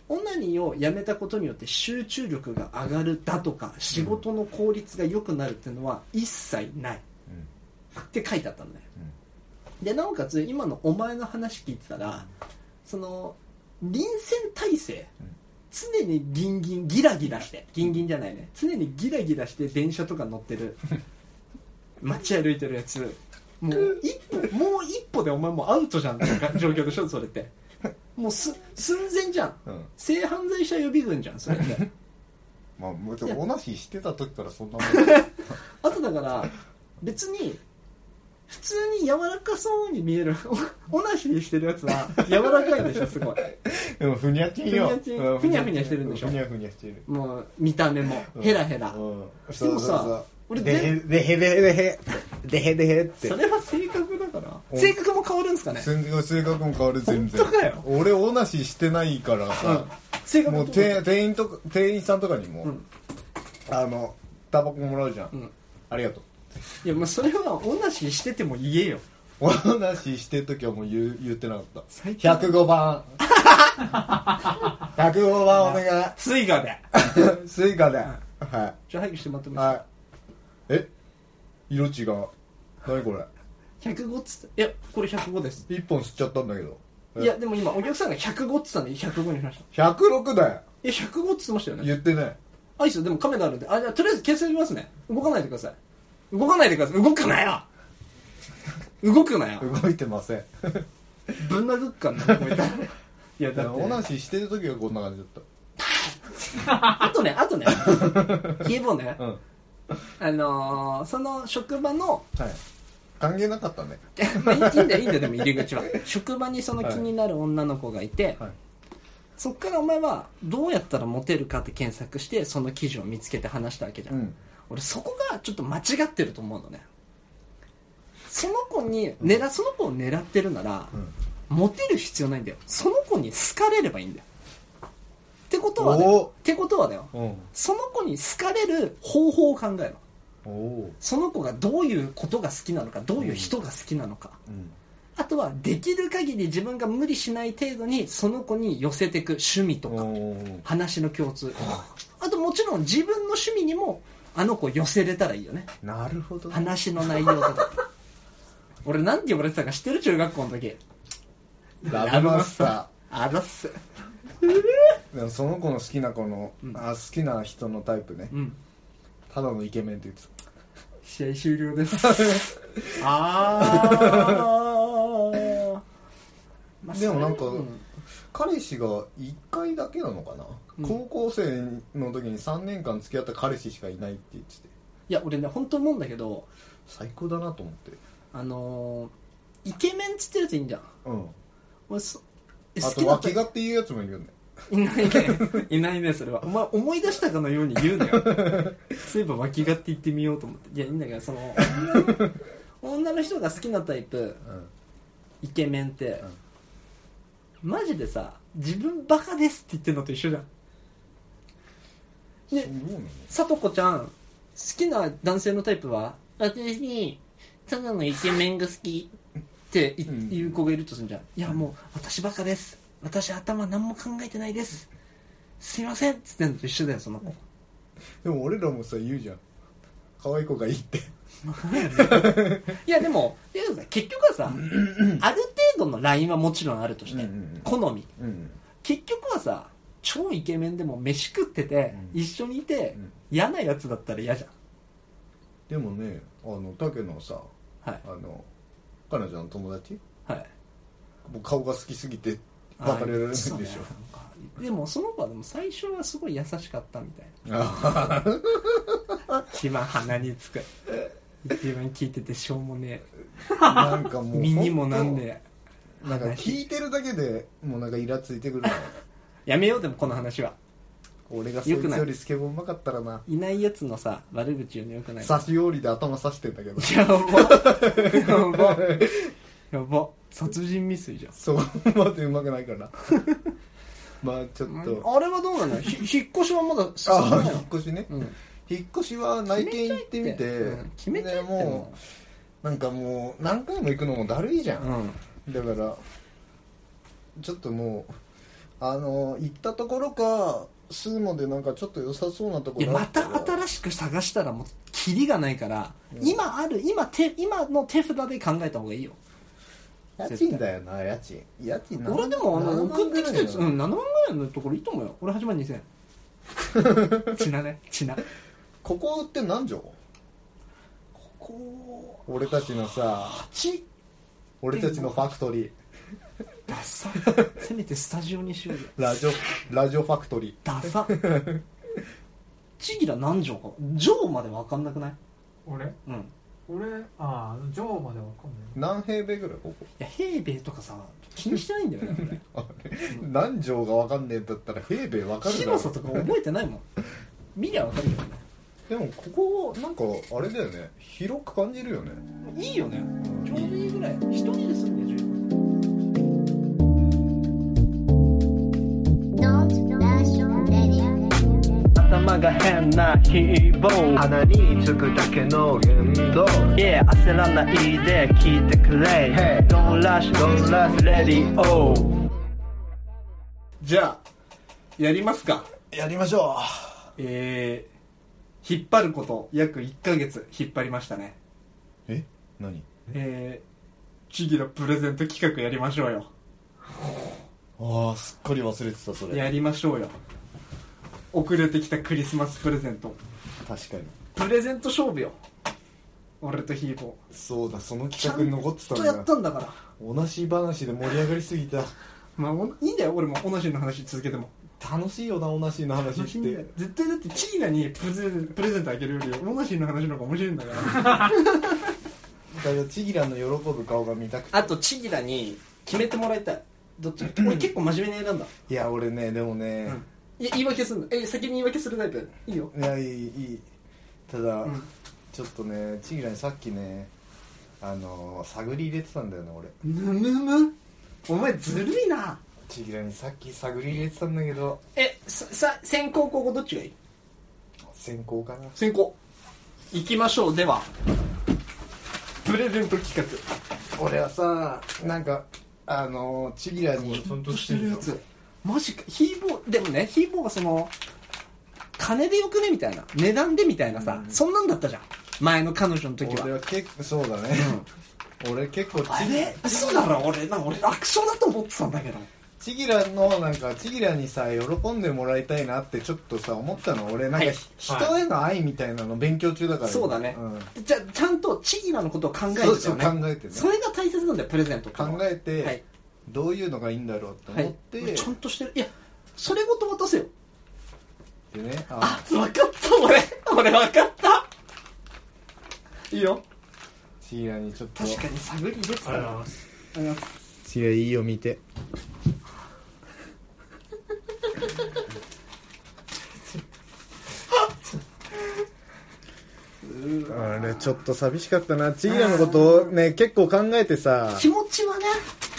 Speaker 5: オナニーをやめたことによって集中力が上がるだとか仕事の効率が良くなるっていうのは一切ないって書いてあったのね、でなおかつ今のお前の話聞いてたらその臨戦態勢
Speaker 2: うん
Speaker 5: 常にギンギンギラギラしてギンギンじゃないね常にギラギラして電車とか乗っ てる街歩いてるやつもう一歩もう一歩でお前もうアウトじゃんなんか状況でしょそれってもうす寸前じゃん
Speaker 2: うん、うん、
Speaker 5: 性犯罪者予備軍じゃんそれって
Speaker 2: まあもうち
Speaker 5: い
Speaker 2: ょ
Speaker 5: や
Speaker 2: おなししてた時からそん なもん
Speaker 5: あとだから別に普通に柔らかそうに見えるおおなしにしてるやつは柔らかいでしょすごい
Speaker 2: でもふにゃちんよ
Speaker 5: ふにゃちん
Speaker 2: う
Speaker 5: ふにゃふにゃしてるんでしょ
Speaker 2: ふにゃふにゃしてる
Speaker 5: もう見た目もヘラヘラ、
Speaker 2: うん
Speaker 5: でもさ俺
Speaker 2: でへ
Speaker 5: 全
Speaker 2: でへでへでへでへでへって
Speaker 5: それは性格だから
Speaker 2: うん
Speaker 5: 性格も変わるんですかね
Speaker 2: 性性格も変わる全然
Speaker 5: 本当かよ
Speaker 2: 俺オナシしてないから
Speaker 5: うん
Speaker 2: さ、
Speaker 5: 性格
Speaker 2: もう
Speaker 5: と
Speaker 2: 店店員とか店員さんとかにも、
Speaker 5: うん
Speaker 2: あのタバコもらうじゃん、
Speaker 5: うん
Speaker 2: ありがとう
Speaker 5: いやまあそれはおなししてても言えよ
Speaker 2: オナシしてる時はもう言う言ってなかった
Speaker 5: 最近
Speaker 2: 105番 105番お願
Speaker 5: スイガで
Speaker 2: いスイカで、は
Speaker 5: じゃあ早くしてもらって
Speaker 2: い
Speaker 5: もいい
Speaker 2: はいえ色違う何これ
Speaker 5: ですか105っつっていやこれ105です
Speaker 2: 一本吸っちゃったんだけどえ
Speaker 5: いやでも今お客さんが105っつったんで105にしましたい
Speaker 2: 106だよ
Speaker 5: や105っつってましたよね
Speaker 2: 言ってない
Speaker 5: あいいっすよでもカメラあるんであじゃあとりあえず消せますね動かないでください動かないでください動くなよ動くなよ
Speaker 2: 動いてません
Speaker 5: ぶん殴っかんなこうやっていや
Speaker 2: だ からお
Speaker 5: ね
Speaker 2: なししてる時はこんな感じだっ
Speaker 5: あとね、あとね、ヒエボね
Speaker 2: た、うん
Speaker 5: あのー、その職場の、
Speaker 2: はい関係なかったね
Speaker 5: まあいいいいんだよ、いいんだよ、でも入り口は。職場にその気になる女の子がいて、
Speaker 2: はい
Speaker 5: そっからお前はどうやったらモテるかって検索して、その記事を見つけて話したわけじゃん。
Speaker 2: うん
Speaker 5: 俺、そこがちょっと間違ってると思うのね。その子に狙、その子を狙ってるなら、
Speaker 2: うん
Speaker 5: モテる必要ないんだよ。その子に好かれればいいんだよ。ってことはだ
Speaker 2: おお
Speaker 5: よ。ってことはだよ。
Speaker 2: うん
Speaker 5: その子に好かれる方法を考えろ。
Speaker 2: おお
Speaker 5: その子がどういうことが好きなのかどういう人が好きなのか、
Speaker 2: うん
Speaker 5: あとはできる限り自分が無理しない程度にその子に寄せていく趣味と
Speaker 2: お
Speaker 5: か
Speaker 2: お
Speaker 5: 話の共通あともちろん自分の趣味にもあの子寄せれたらいいよね
Speaker 3: なるほどね
Speaker 5: 話の内容と か俺なんて呼ばれてたか知ってる中学校の時
Speaker 2: ラブマスタ
Speaker 5: あらっす
Speaker 2: ーでもその子の好きな子の、
Speaker 5: うん
Speaker 2: あ好きな人のタイプね
Speaker 5: うん
Speaker 2: ただのイケメンって言ってた
Speaker 5: 試合終了です あー、まあ
Speaker 2: でもなんか
Speaker 5: それう
Speaker 2: 彼氏が1回だけなのかな、
Speaker 5: うん
Speaker 2: 高校生の時に3年間付き合った彼氏しかいないって言ってて
Speaker 5: いや俺ね本当思うんだけど
Speaker 2: 最高だなと思って
Speaker 5: あのーイケメンっつってるやついいんじゃん
Speaker 2: うん
Speaker 5: 俺そえ
Speaker 2: あ
Speaker 5: 好き
Speaker 2: と
Speaker 5: だっ
Speaker 2: 脇
Speaker 5: た
Speaker 2: がっていうやつもいるよね
Speaker 5: いないねいないねそれはお前思い出したかのように言うな よそういえば脇がって言ってみようと思っていやいいんだけどそ の女の人が好きなタイプ
Speaker 2: うん
Speaker 5: イケメンって、マジでさ自分バカですって言ってるのと一緒じゃんで
Speaker 2: そうなの
Speaker 5: さとこちゃん好きな男性のタイプは私にただのイケメンが好きってい
Speaker 2: うん
Speaker 5: 言う子がいるとするじゃんいやもう私バカです私頭何も考えてないですすいませんっつってんのと一緒だよそ の子
Speaker 2: でも俺らもさ言うじゃん可愛い子がいいって
Speaker 5: いやでもいや結局 はさある程度のラインはもちろんあるとして、
Speaker 2: うんうんうん
Speaker 5: 好み
Speaker 2: うん
Speaker 5: 結局はさ超イケメンでも飯食ってて、
Speaker 2: うん
Speaker 5: 一緒にいて、
Speaker 2: うん
Speaker 5: 嫌なやつだったら嫌じ
Speaker 2: でもねあの竹のさ
Speaker 5: ゃんはい
Speaker 2: あの彼女の友達
Speaker 5: はい
Speaker 2: もう顔が好きすぎて別れられないんでしょ
Speaker 5: あーそうねなんかでもその子はでも最初はすごい優しかったみたい
Speaker 2: あ
Speaker 5: な一番鼻につく一番聞いててしょうもね
Speaker 2: ーなんか
Speaker 5: え
Speaker 2: もう
Speaker 5: 身にもなんねえ
Speaker 2: なんか
Speaker 5: 話
Speaker 2: 聞いてるだけでもうなんかイラついてくる な
Speaker 5: やめようでもこの話は
Speaker 2: 俺がそいつよりスケボーうまかったらない
Speaker 5: ないやつのさ悪口言うのよくない
Speaker 2: 差し折りで頭刺してんだけど
Speaker 5: やばやばやば殺人未遂じゃん
Speaker 2: そこまでうまくない からまあちょっと
Speaker 5: あれはどうなのひ引っ越しはまだ進
Speaker 2: あ
Speaker 5: んで
Speaker 2: あ
Speaker 5: ない
Speaker 2: 引っ越しね
Speaker 5: の
Speaker 2: 引っ越しは内見行ってみて
Speaker 5: うん決めちゃ
Speaker 2: で
Speaker 5: っても
Speaker 2: もうなんかもう何回も行くのもだるいじゃ
Speaker 5: う、うん、
Speaker 2: だからちょっともうあの行ったところかスーモでなんかちょっと良さそうなとこ
Speaker 5: いや
Speaker 2: ろ
Speaker 5: また
Speaker 2: あったら
Speaker 5: 新しく探したらもうキリがないから、
Speaker 2: うん
Speaker 5: 今ある今手今の手札で考えた方がいいよ
Speaker 2: 家賃だよな家賃家賃な
Speaker 5: 俺でもあの
Speaker 2: 何
Speaker 5: 送ってきたや
Speaker 2: ぐ
Speaker 5: つ、う
Speaker 2: らい
Speaker 5: ん、7万ぐらいのところいいと思うよ俺8万 2000ちなねちなこ
Speaker 2: ここって何畳
Speaker 5: こ
Speaker 2: 俺たちのさ
Speaker 5: 8
Speaker 2: 俺たちのファクトリー
Speaker 5: ダ サせめてスタジオにしようよ
Speaker 2: ラジオラジオファクトリー
Speaker 5: ダサちぎら何畳か畳まで分かんなくない
Speaker 6: 俺
Speaker 5: うんい
Speaker 6: 俺ああジョーまでわかんない
Speaker 2: 何平米ぐらいここ
Speaker 5: や平米とかさ気にしてないんだよね俺
Speaker 2: 何畳が分かんねえんだったら平米分かるだろ
Speaker 5: 広さとか覚えてないもん見りゃ分かるけどね
Speaker 2: でもここなんかあれだよね広く感じるよね
Speaker 5: いいよねちょうどいいぐらい一人で住んでる
Speaker 7: Don't rush anymore.
Speaker 8: 頭が変な希望
Speaker 9: 鼻につくだけの言動
Speaker 8: Yeah 焦らないで聞いてくれ
Speaker 9: Hey
Speaker 8: Don't rush Don't rush Radio
Speaker 5: じゃあやりますか
Speaker 2: やりましょ
Speaker 5: えー、引っ張ること約1ヶ月引っ張りましたね
Speaker 2: うえ何
Speaker 5: えー、チギのプレゼント企画やりましょうよ
Speaker 2: ああすっかり忘れてたそれ
Speaker 5: やりましょうよ遅れてきたクリスマスプレゼント
Speaker 2: 確かに
Speaker 5: プレゼント勝負よ俺とヒーボ
Speaker 2: そうだその
Speaker 5: ーちゃ
Speaker 2: 企画に残ってた
Speaker 5: んとやっ
Speaker 2: ん
Speaker 5: た
Speaker 2: だ
Speaker 5: んだから
Speaker 2: おなし話で盛り上がりすぎた
Speaker 5: まあおいいんだよ俺も同じの話続けても
Speaker 2: 楽しいよなおなしの話って
Speaker 5: 絶対だってチギナにプレゼンプレゼントあげるよりオナシーの話の方が面白いんだから
Speaker 2: だからちぎらの喜ぶ顔が見たくて
Speaker 5: あとチギラに決めてもらいたいどっち俺結構真面目に選んだ、
Speaker 2: いや俺ねでもね、
Speaker 5: い言い訳すんのえ先に言い訳するタイプいいよ
Speaker 2: いやいいいいただ、
Speaker 5: うん
Speaker 2: ちょっとねちぎらにさっきねあのー探り入れてたんだよね俺
Speaker 5: むむむお前ずるいな
Speaker 2: ちぎらにさっき探り入れてたんだけど
Speaker 5: えささ先行後攻どっちがいい
Speaker 2: 先行かな
Speaker 5: 先行行きましょうではプレゼント企
Speaker 2: 俺はさなんかあのーちぎらに
Speaker 6: ちゃん
Speaker 5: 画マジかヒーボーでもねヒーボーがその考金でよくねみたいな値段でみたいなさ、そんなんだったじゃん前の彼女の時は
Speaker 2: 俺は結構そうだね、俺結構
Speaker 5: あ
Speaker 2: ちぎ
Speaker 5: れ嘘だろ俺な俺楽勝だと思ってたんだけど
Speaker 2: ちぎらのなんかちぎらにさ喜んでもらいたいなってちょっとさ思ったの俺なんか、
Speaker 5: はい
Speaker 2: ひ人への愛みたいなの勉強中だから
Speaker 5: そうだね、
Speaker 2: ん
Speaker 5: じゃあちゃんとチギラのことを考えてた
Speaker 2: そ
Speaker 5: よ
Speaker 2: うそう
Speaker 5: ね
Speaker 2: 考えてね
Speaker 5: それが大切なんだよプレゼントってのは
Speaker 2: 考えて、
Speaker 5: はい
Speaker 2: どういうのがいいんだろうと
Speaker 5: は
Speaker 2: 思っ
Speaker 5: い
Speaker 2: て、
Speaker 5: ちゃんとしてるいやそれごと渡せよ
Speaker 2: でねあ
Speaker 5: あ分かった俺俺分かったいいよ
Speaker 2: ちぎらにちょっと
Speaker 5: 確かに探り出てた
Speaker 6: ありがとうござい
Speaker 5: な
Speaker 6: ます
Speaker 3: ちぎらいいよ見てあれちょっと寂しかったなちぎらのことをね結構考えてさ
Speaker 5: 気持ちはね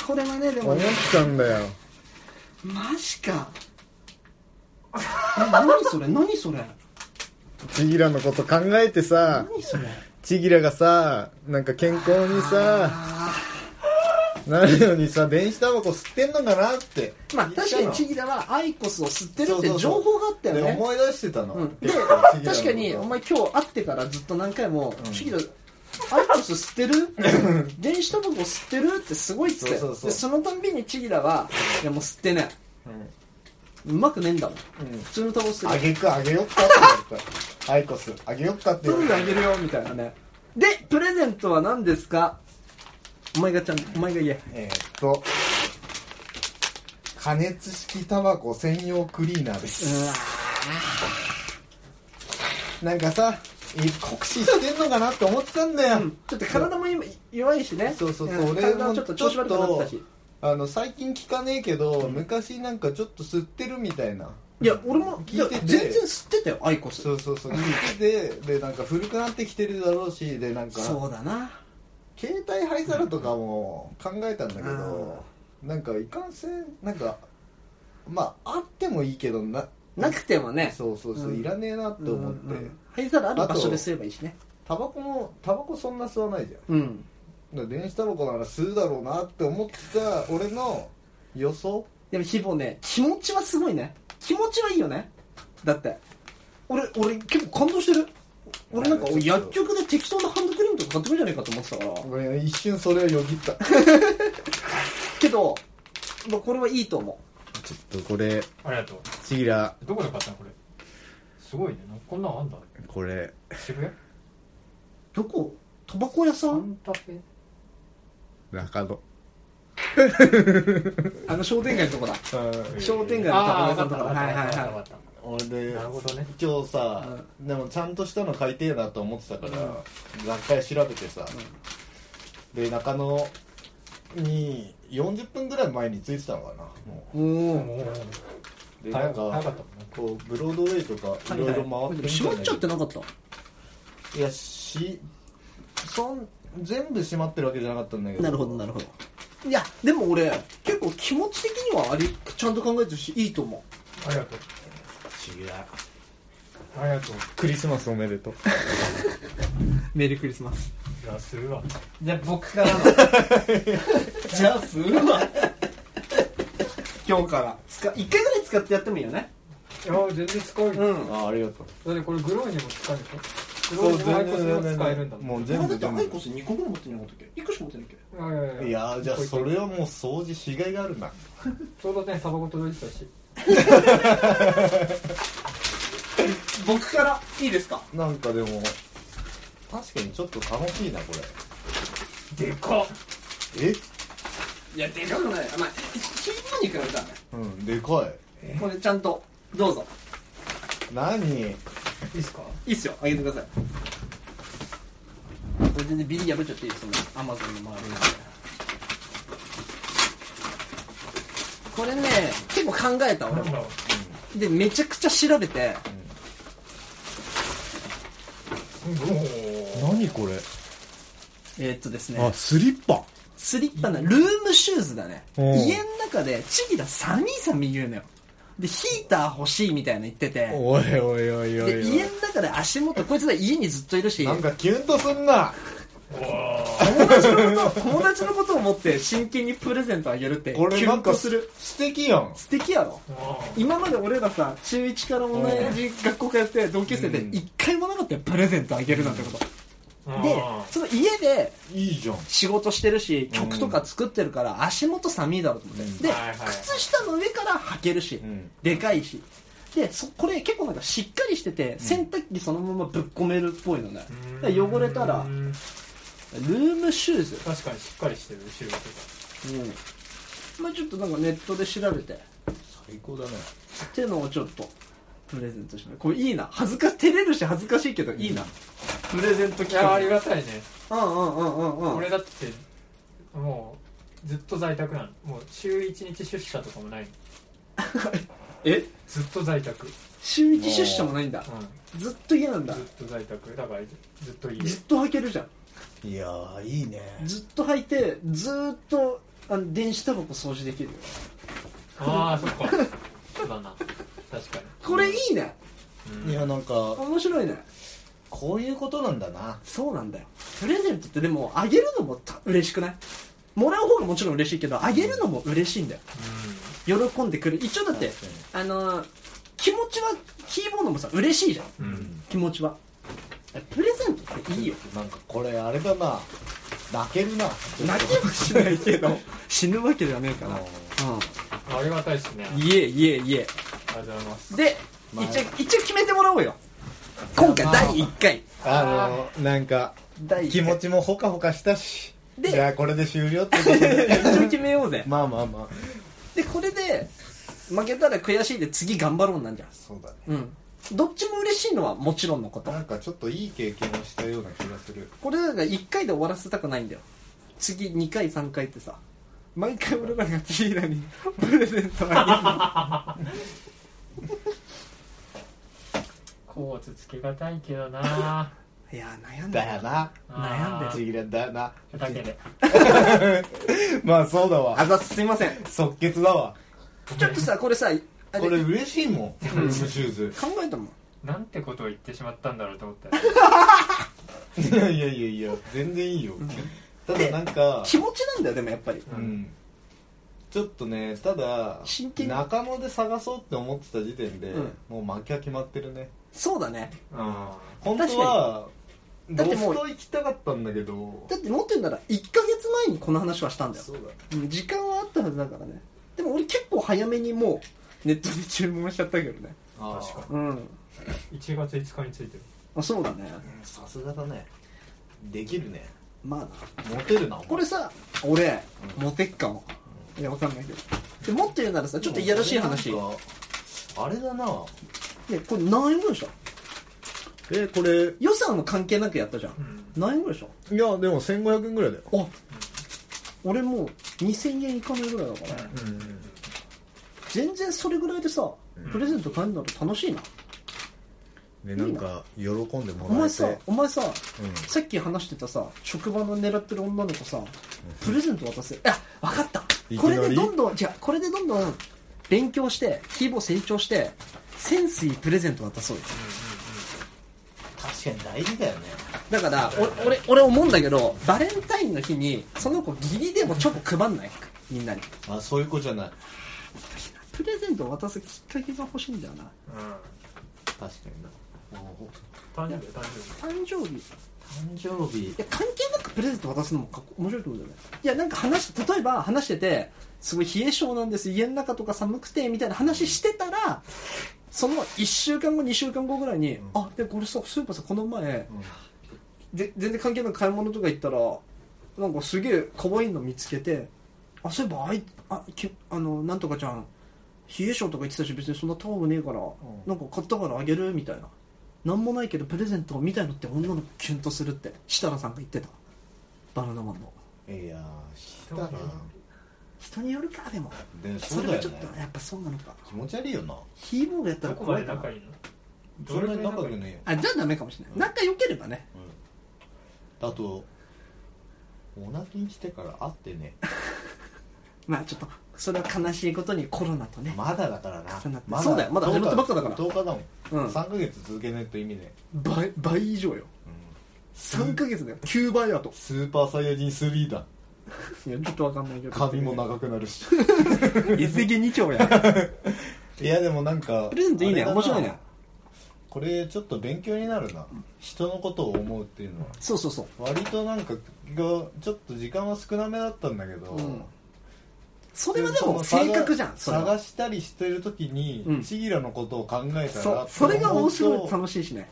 Speaker 5: これはねでも
Speaker 3: 思っ
Speaker 5: ね
Speaker 3: たんだよ
Speaker 5: マジかえ何それ何それ
Speaker 3: ちぎらのこと考えてさ
Speaker 5: 何それ
Speaker 3: ちぎらがさなんか健康にさ
Speaker 5: あ
Speaker 3: なるようにさ電子タバコ吸ってんのかなって
Speaker 5: ーまあ確かにチギラはアイコスを吸ってるって情報があったよね
Speaker 2: で思い出してたの、
Speaker 5: うんで
Speaker 2: 結構ちぎらのこと
Speaker 5: 確かにお前今日会ってからずっと何回も「チギラアイコス吸ってる電子タバコ吸ってる?」ってすごいっつっ
Speaker 2: そ
Speaker 5: て
Speaker 2: うそうそう
Speaker 5: でそのたんびにチギラは「いやもう吸ってねうまくねえんだもん、
Speaker 2: うん
Speaker 5: 普通のタバコ吸っ
Speaker 2: あ
Speaker 5: てる
Speaker 2: げくあげよっかって言われたアイコスあげよっかって
Speaker 5: プ
Speaker 2: 言
Speaker 5: ー
Speaker 2: われ
Speaker 5: ルあげるよ」みたいなねでプレゼントは何ですかお前がちゃんお前が言え
Speaker 2: たえーっと加熱式タバコ専用クリーナーで
Speaker 5: う
Speaker 2: す、
Speaker 5: わ
Speaker 2: なんかさえ酷使してんのかなって思ってたんだよ、
Speaker 5: ちょっと体も今弱いしね
Speaker 2: そうそうそう、
Speaker 5: ん
Speaker 2: 俺
Speaker 5: 体
Speaker 2: も
Speaker 5: もちょっと調子悪くなって
Speaker 2: ちょ
Speaker 5: た
Speaker 2: っ
Speaker 5: し
Speaker 2: とあの最近聞かねえけど、昔なんかちょっと吸ってるみたいない
Speaker 5: や俺も
Speaker 2: 聞いてて
Speaker 5: いや全然吸ってたよアイコス
Speaker 2: そうそうそう聞いててでなんか古くなってきてるだろうしでなんか
Speaker 5: そうだな
Speaker 2: 携帯灰皿とかも考えたんだけど、なんかいかんせんなんかまああってもいいけどな
Speaker 5: なくてもね
Speaker 2: そうそうそう、
Speaker 5: うん
Speaker 2: いらねえなって思って、
Speaker 5: うんうん灰皿ある場所で吸えばいいしね
Speaker 2: タバコもタバコそんな吸わないじゃん
Speaker 5: うん
Speaker 2: だから電子タバコなら吸うだろうなって思ってた俺の予想
Speaker 5: でもヒボね気持ちはすごいね気持ちはいいよねだって俺俺結構感動してる俺なんか
Speaker 2: ちょっと
Speaker 5: 薬局で適当なハンドクリームとか買ってくんじゃないかと思ってたから
Speaker 2: ごめん一瞬それをよぎった
Speaker 5: けど、まあ、これはいいと思
Speaker 3: ちょっとこれ
Speaker 6: ありがとう
Speaker 3: ちぎら
Speaker 6: どこで買ったのこれすごいねこんなのあんだ
Speaker 3: これ
Speaker 6: 渋谷
Speaker 5: うどこタバコ屋さ
Speaker 6: サ
Speaker 5: ん
Speaker 6: ンタフェ
Speaker 3: 中野
Speaker 5: あの商店街のとこだ
Speaker 2: うん
Speaker 5: 商店街のタバコ
Speaker 6: ああ
Speaker 5: 屋さんとか
Speaker 6: 分かった
Speaker 5: はいはい
Speaker 6: 分かった
Speaker 5: はい
Speaker 6: 分かった
Speaker 2: 俺で
Speaker 6: なるほどね
Speaker 2: 今日さ、でもちゃんとしたの買いてえなと思ってたから、何回調べてさ、で中野に40分ぐらい前に着いてたのかなも
Speaker 5: おお
Speaker 6: もう
Speaker 2: うでな
Speaker 6: 早
Speaker 2: ん
Speaker 6: か早か
Speaker 2: か
Speaker 6: ったもん
Speaker 2: こ
Speaker 6: ね
Speaker 2: うブロードウェイとかいろいろ回ってみたんだ
Speaker 5: 閉
Speaker 2: けど
Speaker 5: まっちゃってなかった
Speaker 2: いやしそん全部閉まってるわけじゃなかったんだけど
Speaker 5: なるほどなるほどいやでも俺結構気持ち的にはありちゃんと考えてるしいいと思
Speaker 6: ありがとう
Speaker 2: 違う
Speaker 6: ありがとう
Speaker 3: クリスマスおめでとう
Speaker 5: うメリークリスマス
Speaker 6: じゃあするわ
Speaker 5: じゃあ僕からのじゃあするわ今日から使1回ぐらい使ってやってもいいよね
Speaker 6: いや全然使える
Speaker 5: うん
Speaker 2: あありがとう
Speaker 6: だってこれグローにも使えるでしょグローにもアイコスにも使えるんだもん
Speaker 2: もう全部
Speaker 5: 全部だ
Speaker 2: 全
Speaker 5: ってアイコ
Speaker 2: 部
Speaker 5: ス2個ぐらい持ってんじゃなかったっけ1個しか持ってないっけ
Speaker 6: いやいや
Speaker 2: いやーじゃあそれはもう掃除しがいがあるな
Speaker 6: ちょうどねタバコ届いてたし
Speaker 5: 僕からいいですか
Speaker 2: なんかでも確かにちょっと楽しいなこ
Speaker 6: でかっ
Speaker 2: れえ
Speaker 5: いやでかくないまあキーボに比べたらね
Speaker 2: うんでかい
Speaker 5: これちゃんとどうぞ
Speaker 2: 何
Speaker 6: いいっすか
Speaker 5: いいっすよあげてくださいこれ全然ビリ破っちゃっていいですもんアマゾンの周りなんでこれね結構考えた
Speaker 6: な
Speaker 5: 俺
Speaker 6: んだろう
Speaker 5: でめちゃくちゃ調べて
Speaker 3: 何これ
Speaker 5: えーっとです
Speaker 3: あ
Speaker 5: ね
Speaker 3: スリッパ
Speaker 5: スリッパなルームシューズだね
Speaker 3: おう
Speaker 5: 家の中でチギラ寒い寒い言うのよでヒーター欲しいみたいなの言ってて
Speaker 3: おいおいおいおいおい
Speaker 5: で家の中で足元こいつら家にずっといるし
Speaker 2: なんかキュンとすんな
Speaker 5: 友達のこと友達のことを思って真剣にプレゼントあげるってキ
Speaker 2: これな
Speaker 5: ュン
Speaker 2: んか
Speaker 5: とする
Speaker 2: す素敵やん
Speaker 5: 素敵やろ今まで俺らさ中1から同じ学校通って同級生で
Speaker 2: うん
Speaker 5: 一回もなかったよプレゼントあげるなんてこと、
Speaker 6: うん
Speaker 5: でその家で
Speaker 2: いいじゃん
Speaker 5: 仕事してるし曲とか作ってるから足元寒いだろうと思って、
Speaker 2: うん
Speaker 5: で、
Speaker 6: はいはい
Speaker 5: 靴下の上から履けるし、
Speaker 2: うん
Speaker 5: でかいしでそこれ結構なんかしっかりしてて洗濯機そのままぶっ込めるっぽいのね、だから汚れたら
Speaker 6: うん
Speaker 5: ルームシューズ、
Speaker 6: 確かにしっかりしてる後ろとか
Speaker 5: うんまあ、ちょっとなんかネットで調べて
Speaker 2: 最高だね
Speaker 5: っていうのをちょっとプレゼントしますこれいいな恥ずか照れるし恥ずかしいけどいいな、プレゼント
Speaker 6: い
Speaker 5: 企
Speaker 6: や
Speaker 5: 画
Speaker 6: ありがたいね
Speaker 5: うんうんうんうんうん
Speaker 6: 俺だってもうずっと在宅なのもう週一日出社とかもないの
Speaker 5: え
Speaker 6: ずっと在宅うん
Speaker 5: 週一出社もないんだずっと家なんだ
Speaker 6: ずっと在宅だからずっと家
Speaker 5: ずっと履けるじゃん
Speaker 3: いやーいいね
Speaker 5: ずっと履いてずーっとあの電子タバコ掃除できるよ
Speaker 6: ああそっかそうだな確か
Speaker 5: これいいね
Speaker 3: いやなんか
Speaker 5: 面白いね
Speaker 3: こういうことなんだな
Speaker 5: そうなんだよプレゼントってでもあげるのもた嬉しくないもらう方がもちろん嬉しいけどあげるのも嬉しいんだよ喜んでくれる一応だってあのー気持ちはキーボードもさ嬉しいじゃん
Speaker 6: にうん、うん、
Speaker 5: 気持ちはプレゼントっていいよ
Speaker 3: なんかこれあれだな泣けるな
Speaker 5: 泣きはしないけ ど死ぬわけじゃねえかなう
Speaker 6: ありがたいですね
Speaker 5: んいえいえいえ
Speaker 6: ありがとうございます
Speaker 5: で、
Speaker 3: まあ
Speaker 5: 一応一応決めてもらおうよ今回
Speaker 3: まあ
Speaker 5: 第1回
Speaker 3: あのなんか
Speaker 5: 第一
Speaker 3: 気
Speaker 5: 回
Speaker 3: 持ちもほかほかしたし
Speaker 5: で
Speaker 3: じゃあこれで終了ってことで
Speaker 5: 一応決めようぜ
Speaker 3: まあまあまあ
Speaker 5: でこれで負けたら悔しいで次頑張ろうなんじゃん
Speaker 2: そうだね
Speaker 5: うんどっちも嬉しいのはもちろんのこと
Speaker 2: なんかちょっといい経験をしたような気がする
Speaker 5: これだから1回で終わらせたくないんだよ次2回3回ってさ毎回俺らがティーラに プレゼントあ
Speaker 6: コーツつけがたいけどな
Speaker 5: げるいや悩んだ
Speaker 3: だよ
Speaker 5: よ
Speaker 3: な
Speaker 5: 悩んで
Speaker 6: あー
Speaker 3: ちぎれんだよな
Speaker 6: だけで
Speaker 3: まあそうだわ
Speaker 5: あざっすすいません
Speaker 3: 即決だわ
Speaker 5: ちょっとさこれさあ
Speaker 2: こ
Speaker 5: れ
Speaker 2: れ嬉しいもんルームシューズ
Speaker 5: 考えたもん
Speaker 6: なんてことを言ってしまったんだろうと思ったよ
Speaker 2: いやいやいやいや全然いいよただなんか
Speaker 5: 気持ちなんだよでもやっぱり
Speaker 2: うんちょっとねただ
Speaker 5: 真剣に
Speaker 2: 中野で探そうって思ってた時点で
Speaker 5: うん
Speaker 2: もう負けは決まってるね
Speaker 5: そうだね
Speaker 6: あ
Speaker 2: 本当は
Speaker 5: だ
Speaker 2: ロ
Speaker 5: って
Speaker 2: フ
Speaker 5: もう
Speaker 2: ト行きたかったんだけど
Speaker 5: だってもっと言うなら1ヶ月前にこの話はしたんだよ
Speaker 2: そうだね
Speaker 5: うん時間はあったはずだからねでも俺結構早めにもうネットで注文しちゃったけどね
Speaker 2: あ
Speaker 6: 確か
Speaker 5: うん
Speaker 6: ー1月5日についてる
Speaker 5: あそうだね
Speaker 2: にさすがだねできるね
Speaker 5: まあな
Speaker 2: モテるなお前
Speaker 5: これさ俺モテっかもいやわかんないけどでもっと言うならさちょっといやらしい話い
Speaker 2: なんかあれだな
Speaker 5: やこれ何円ぐらいでしょ
Speaker 3: えこれい
Speaker 5: 予算の関係なくやったじゃん何円ぐらいでしょ
Speaker 3: やでも1500円ぐらいだよ
Speaker 5: あ俺もう2000円いかないぐらいだから、全然それぐらいでさプレゼント買えるなら楽しいな、
Speaker 3: ねなんか喜んでも
Speaker 5: お
Speaker 3: ら
Speaker 5: 前
Speaker 3: えて
Speaker 5: さお前さ、
Speaker 3: うん
Speaker 5: さっき話してたさ職場の狙ってる女の子さプレゼント渡せあ分かった
Speaker 3: いき
Speaker 5: こ
Speaker 3: なり
Speaker 5: れでどんどんじゃこれでどんどん勉強して規模成長してセンスいいプレゼント渡そうよ
Speaker 2: 確かに大事だよね
Speaker 5: だからお俺俺思うんだけどバレンタインの日にその子義理でもチョコ配んないみんなに
Speaker 2: あそういう子じゃない
Speaker 5: プレゼント渡すきっかけが欲しいんだよな
Speaker 6: うんうん
Speaker 2: 確かになお
Speaker 6: 誕生日誕生日
Speaker 5: 誕生日
Speaker 2: 誕生日
Speaker 5: いや関係なくプレゼント渡すのもかっこ面白いと思うんだよねいやなんか話例えば話しててすごい冷え性なんです家の中とか寒くてみたいな話してたらその1週間後2週間後ぐらいに、あでこれさスーパーさこの前、で全然関係なく買い物とか行ったらなんかすげえ可愛いの見つけてあそういえばあいあきあのなんとかちゃん冷え性とか言ってたし別にそんなタオルねえから、なんか買ったからあげるみたいななんもないけどプレゼントみたいのって女の子キュンとするって設楽さんが言ってたバナナマンの
Speaker 2: いやーしたら
Speaker 5: 人によるかでも
Speaker 2: でそ
Speaker 5: そう
Speaker 2: だ
Speaker 5: れは
Speaker 2: よ
Speaker 5: ちょっ
Speaker 2: ね
Speaker 5: とやっぱそうなのか
Speaker 2: 気持ち悪いよな
Speaker 5: ヒーボーがやった
Speaker 6: ど
Speaker 5: ら
Speaker 6: こま
Speaker 5: 怖
Speaker 6: で
Speaker 5: いかな
Speaker 6: 仲いいの
Speaker 2: そんなに仲良くねえよ
Speaker 5: あじゃあダメかもしれない仲良ければね
Speaker 2: あと同じにしてから会ってね
Speaker 5: まあちょっとそれは悲しいことにコロナとね、
Speaker 2: まだだからな
Speaker 5: 重なって
Speaker 2: ま
Speaker 5: そうだよまだ始まったばっかだから
Speaker 2: 10日だもん、
Speaker 5: うん
Speaker 2: 3ヶ月続けないと意味ね
Speaker 5: 倍倍以上よ3ヶ月だよ9倍だと
Speaker 2: スーパーサイヤ人3だ
Speaker 5: いやちょっとわかんないけど
Speaker 2: 髪 も長くなるし
Speaker 5: 一石二鳥や
Speaker 2: いやでもなんか
Speaker 5: プレゼントいい
Speaker 2: あれ
Speaker 5: ね
Speaker 2: だな
Speaker 5: 面白いね
Speaker 2: これちょっと勉強になるな人のことを思うっていうのは
Speaker 5: そうそうそう
Speaker 2: 割となんかがちょっと時間は少なめだったんだけど、
Speaker 5: うんそれはでも性格じゃんそれは
Speaker 2: 探したりしてる時に、
Speaker 5: うん
Speaker 2: ちぎらのことを考えたら
Speaker 5: そそれが面白い
Speaker 2: そう
Speaker 5: 楽しいしね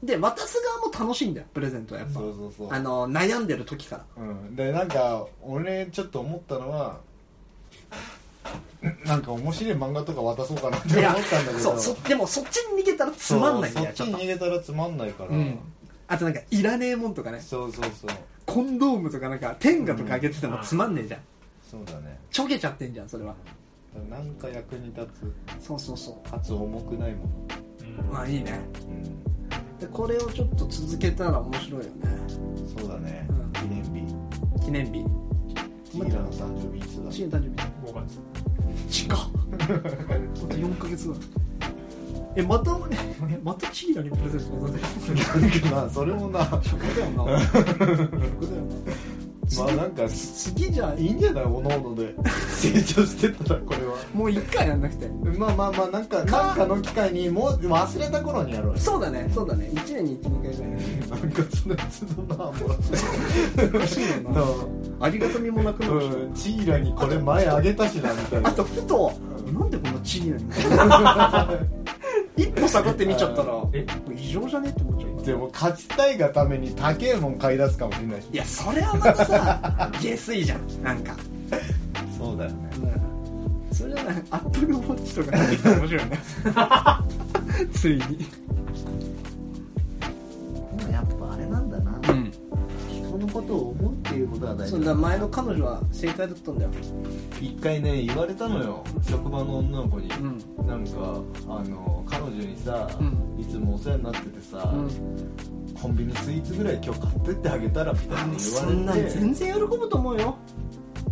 Speaker 5: で渡す側も楽しいんだよプレゼントはやっぱ
Speaker 2: そうそう
Speaker 5: あの悩んでる時から
Speaker 2: うん、でなんか俺ちょっと思ったのは なんか面白い漫画とか渡そうかなって
Speaker 5: い
Speaker 2: 思
Speaker 5: や
Speaker 2: ったんだけど
Speaker 5: そうそでもそっちに逃げたらつまんないんだよち
Speaker 2: そ
Speaker 5: ょ
Speaker 2: う
Speaker 5: っ
Speaker 2: そっち
Speaker 5: と
Speaker 2: に逃げたらつまんないから、
Speaker 5: うんあとなんかいらねえもんとかね
Speaker 2: そうそうそう
Speaker 5: コンドームとかなんか天下とかあげててもつまんねえじゃん、
Speaker 2: そうだね
Speaker 5: ちょけちゃってんじゃんそれは
Speaker 2: なんか役に立
Speaker 5: そうそうそ
Speaker 2: つかつ重くないもの、
Speaker 5: うまあいいね
Speaker 2: うん、
Speaker 5: でこれをちょっと続けたら面白いよね
Speaker 2: そうだね、
Speaker 5: うん
Speaker 2: 記念日
Speaker 5: 記念日
Speaker 2: ちぎらの誕生日いつだ
Speaker 5: シーン誕生日
Speaker 6: 5月
Speaker 5: 近っあと4ヶ月後だえまた俺えまたチギラにプレゼント渡せる
Speaker 2: まあそれもなま
Speaker 5: 食だよな 食だよな
Speaker 2: あなんかい
Speaker 5: 次じゃ
Speaker 2: いんじゃないおのおので成長してたらこれは
Speaker 5: もう一回やんなくて
Speaker 2: まあまあまあなんかなんかの機会にもう忘れた頃にやろうよ
Speaker 5: そうだねそうだね1年に12回ぐらい
Speaker 2: なんかその都度なもらって
Speaker 5: おかしいよ
Speaker 2: な
Speaker 5: なありがたみもなくなるし
Speaker 2: うんチーラにこれ前あげたしなみたいな
Speaker 5: あとふとなんでこんなチギラに 一歩下がって見ちゃったらこれ
Speaker 6: え
Speaker 5: 異常じゃねって思っちゃう
Speaker 2: でも勝ちたいがために高えもん買い出すかもしれないし
Speaker 5: いやそれはまたさ 下水じゃんなんか
Speaker 2: そうだよね
Speaker 5: うんそれじゃないアップルウォッチとか出てきたら面白いね ついに
Speaker 2: やっぱあれなんだな
Speaker 5: うん
Speaker 2: 人のことを思うっていうことは大
Speaker 5: そうだ前の彼女は正解だったんだよ
Speaker 2: 一回ね言われたのよ職場の女の子に、
Speaker 5: う
Speaker 2: なんかあの彼女にさ、
Speaker 5: うん
Speaker 2: いつもお世話になっててさ、
Speaker 5: うん
Speaker 2: コンビニスイーツぐらい今日買ってってあげたらみたいな
Speaker 5: そ
Speaker 2: 言
Speaker 5: ん
Speaker 2: わ
Speaker 5: な
Speaker 2: れ
Speaker 5: ん
Speaker 2: て
Speaker 5: 全然喜ぶと思うよ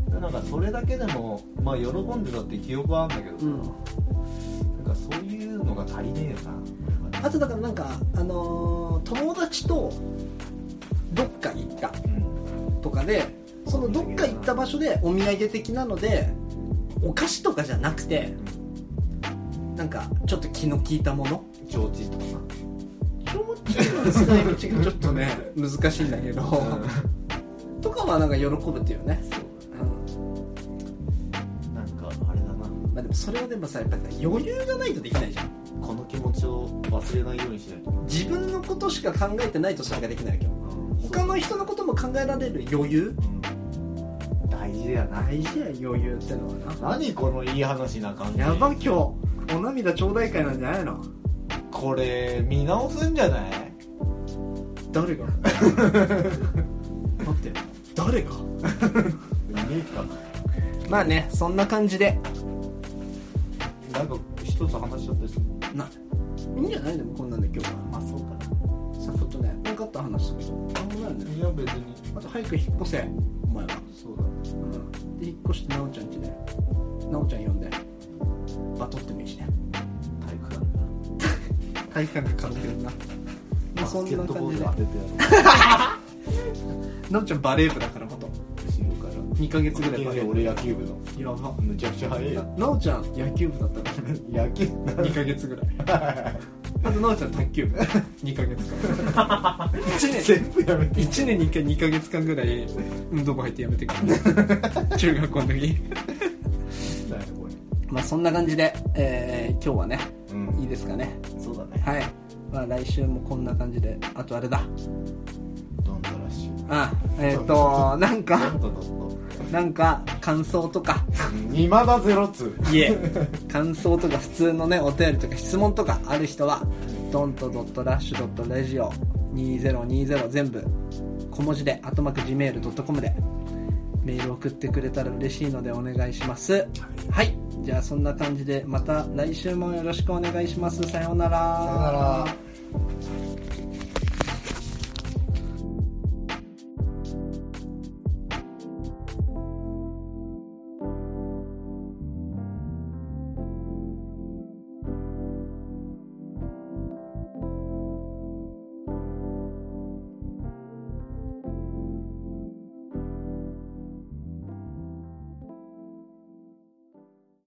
Speaker 2: なんかそれだけでもまあ喜んでたって記憶はあるんだけどさ、
Speaker 5: うん
Speaker 2: なんかそういうのが足りねえよな
Speaker 5: あとだからなんかあのー友達とどっか行った
Speaker 2: うん
Speaker 5: とかでそのどっか行った場所でお土産的なのでお菓子とかじゃなくてなんかちょっと気の利いたもの
Speaker 2: ちょうちとか
Speaker 5: 使い道がちょっとね難しいんだけど、 とかはなんか喜ぶっていうねう
Speaker 2: さなんかあれだなん
Speaker 5: まあでもそれはでもさやっぱり余裕がないとできないじゃん
Speaker 2: この気持ちを忘れないようにしないと
Speaker 5: 自分のことしか考えてないとそれができないけど他の人のことも考えられる余裕
Speaker 2: うん大事やな
Speaker 5: 大事や余裕ってのはな
Speaker 2: 何このいい話な感じ
Speaker 5: やば今日お涙頂戴会なんじゃないの
Speaker 2: これ見直すんじゃない
Speaker 5: 誰 が待って誰が
Speaker 2: 見えか
Speaker 5: まあねそんな感じで
Speaker 2: なんか一つ話しちゃったりする
Speaker 5: ないいんじゃないでもこんなんで今日は
Speaker 2: あそうか
Speaker 5: さっとね分かった話するとあんまないんだよ
Speaker 2: いや別に
Speaker 5: あと早く引っ越せお前は
Speaker 2: そうだね
Speaker 5: うんで引っ越して奈緒ちゃん家で奈緒ちゃん呼んでバトってもいいしね
Speaker 2: 体育館だ
Speaker 5: 体育館が軽くるなまあそんな感じで
Speaker 2: バスケットボール当て
Speaker 5: 奈緒ちゃんバレー部だからこと
Speaker 2: てやる後ろから
Speaker 5: 2ヶ月ぐらいバレ
Speaker 2: 俺
Speaker 5: ー
Speaker 2: 俺野球部の
Speaker 5: 部やば
Speaker 2: むちゃくちゃ速いよ
Speaker 5: 奈緒ちゃん野球部だったから
Speaker 2: 野球
Speaker 5: 2ヶ月ぐらい あと奈緒ちゃん卓 球部2ヶ月間1年
Speaker 2: 全部やめて
Speaker 5: 1年に1回2ヶ月間ぐらい運動部入ってやめてく る中学校の時
Speaker 2: んだよこ
Speaker 5: まあそんな感じで、えー今日はね
Speaker 2: れう
Speaker 5: いいですかね
Speaker 2: そうだね
Speaker 5: はいまあ来週もこんな感じであとあれだ
Speaker 2: どんどんラッシュ
Speaker 5: あえっ、となん
Speaker 2: どん
Speaker 5: か
Speaker 2: どんどんどん
Speaker 5: なんか感想とか
Speaker 2: 未だゼロ通
Speaker 5: いえ感想とか普通のねお便りとか質問とかある人はドントドットラッシュドットレジオ2020全部小文字で後幕 gmail.com でメール送ってくれたら嬉しいのでお願いしますはいじゃあそんな感じでまた来週もよろしくお願いしますさようなら
Speaker 2: さよなら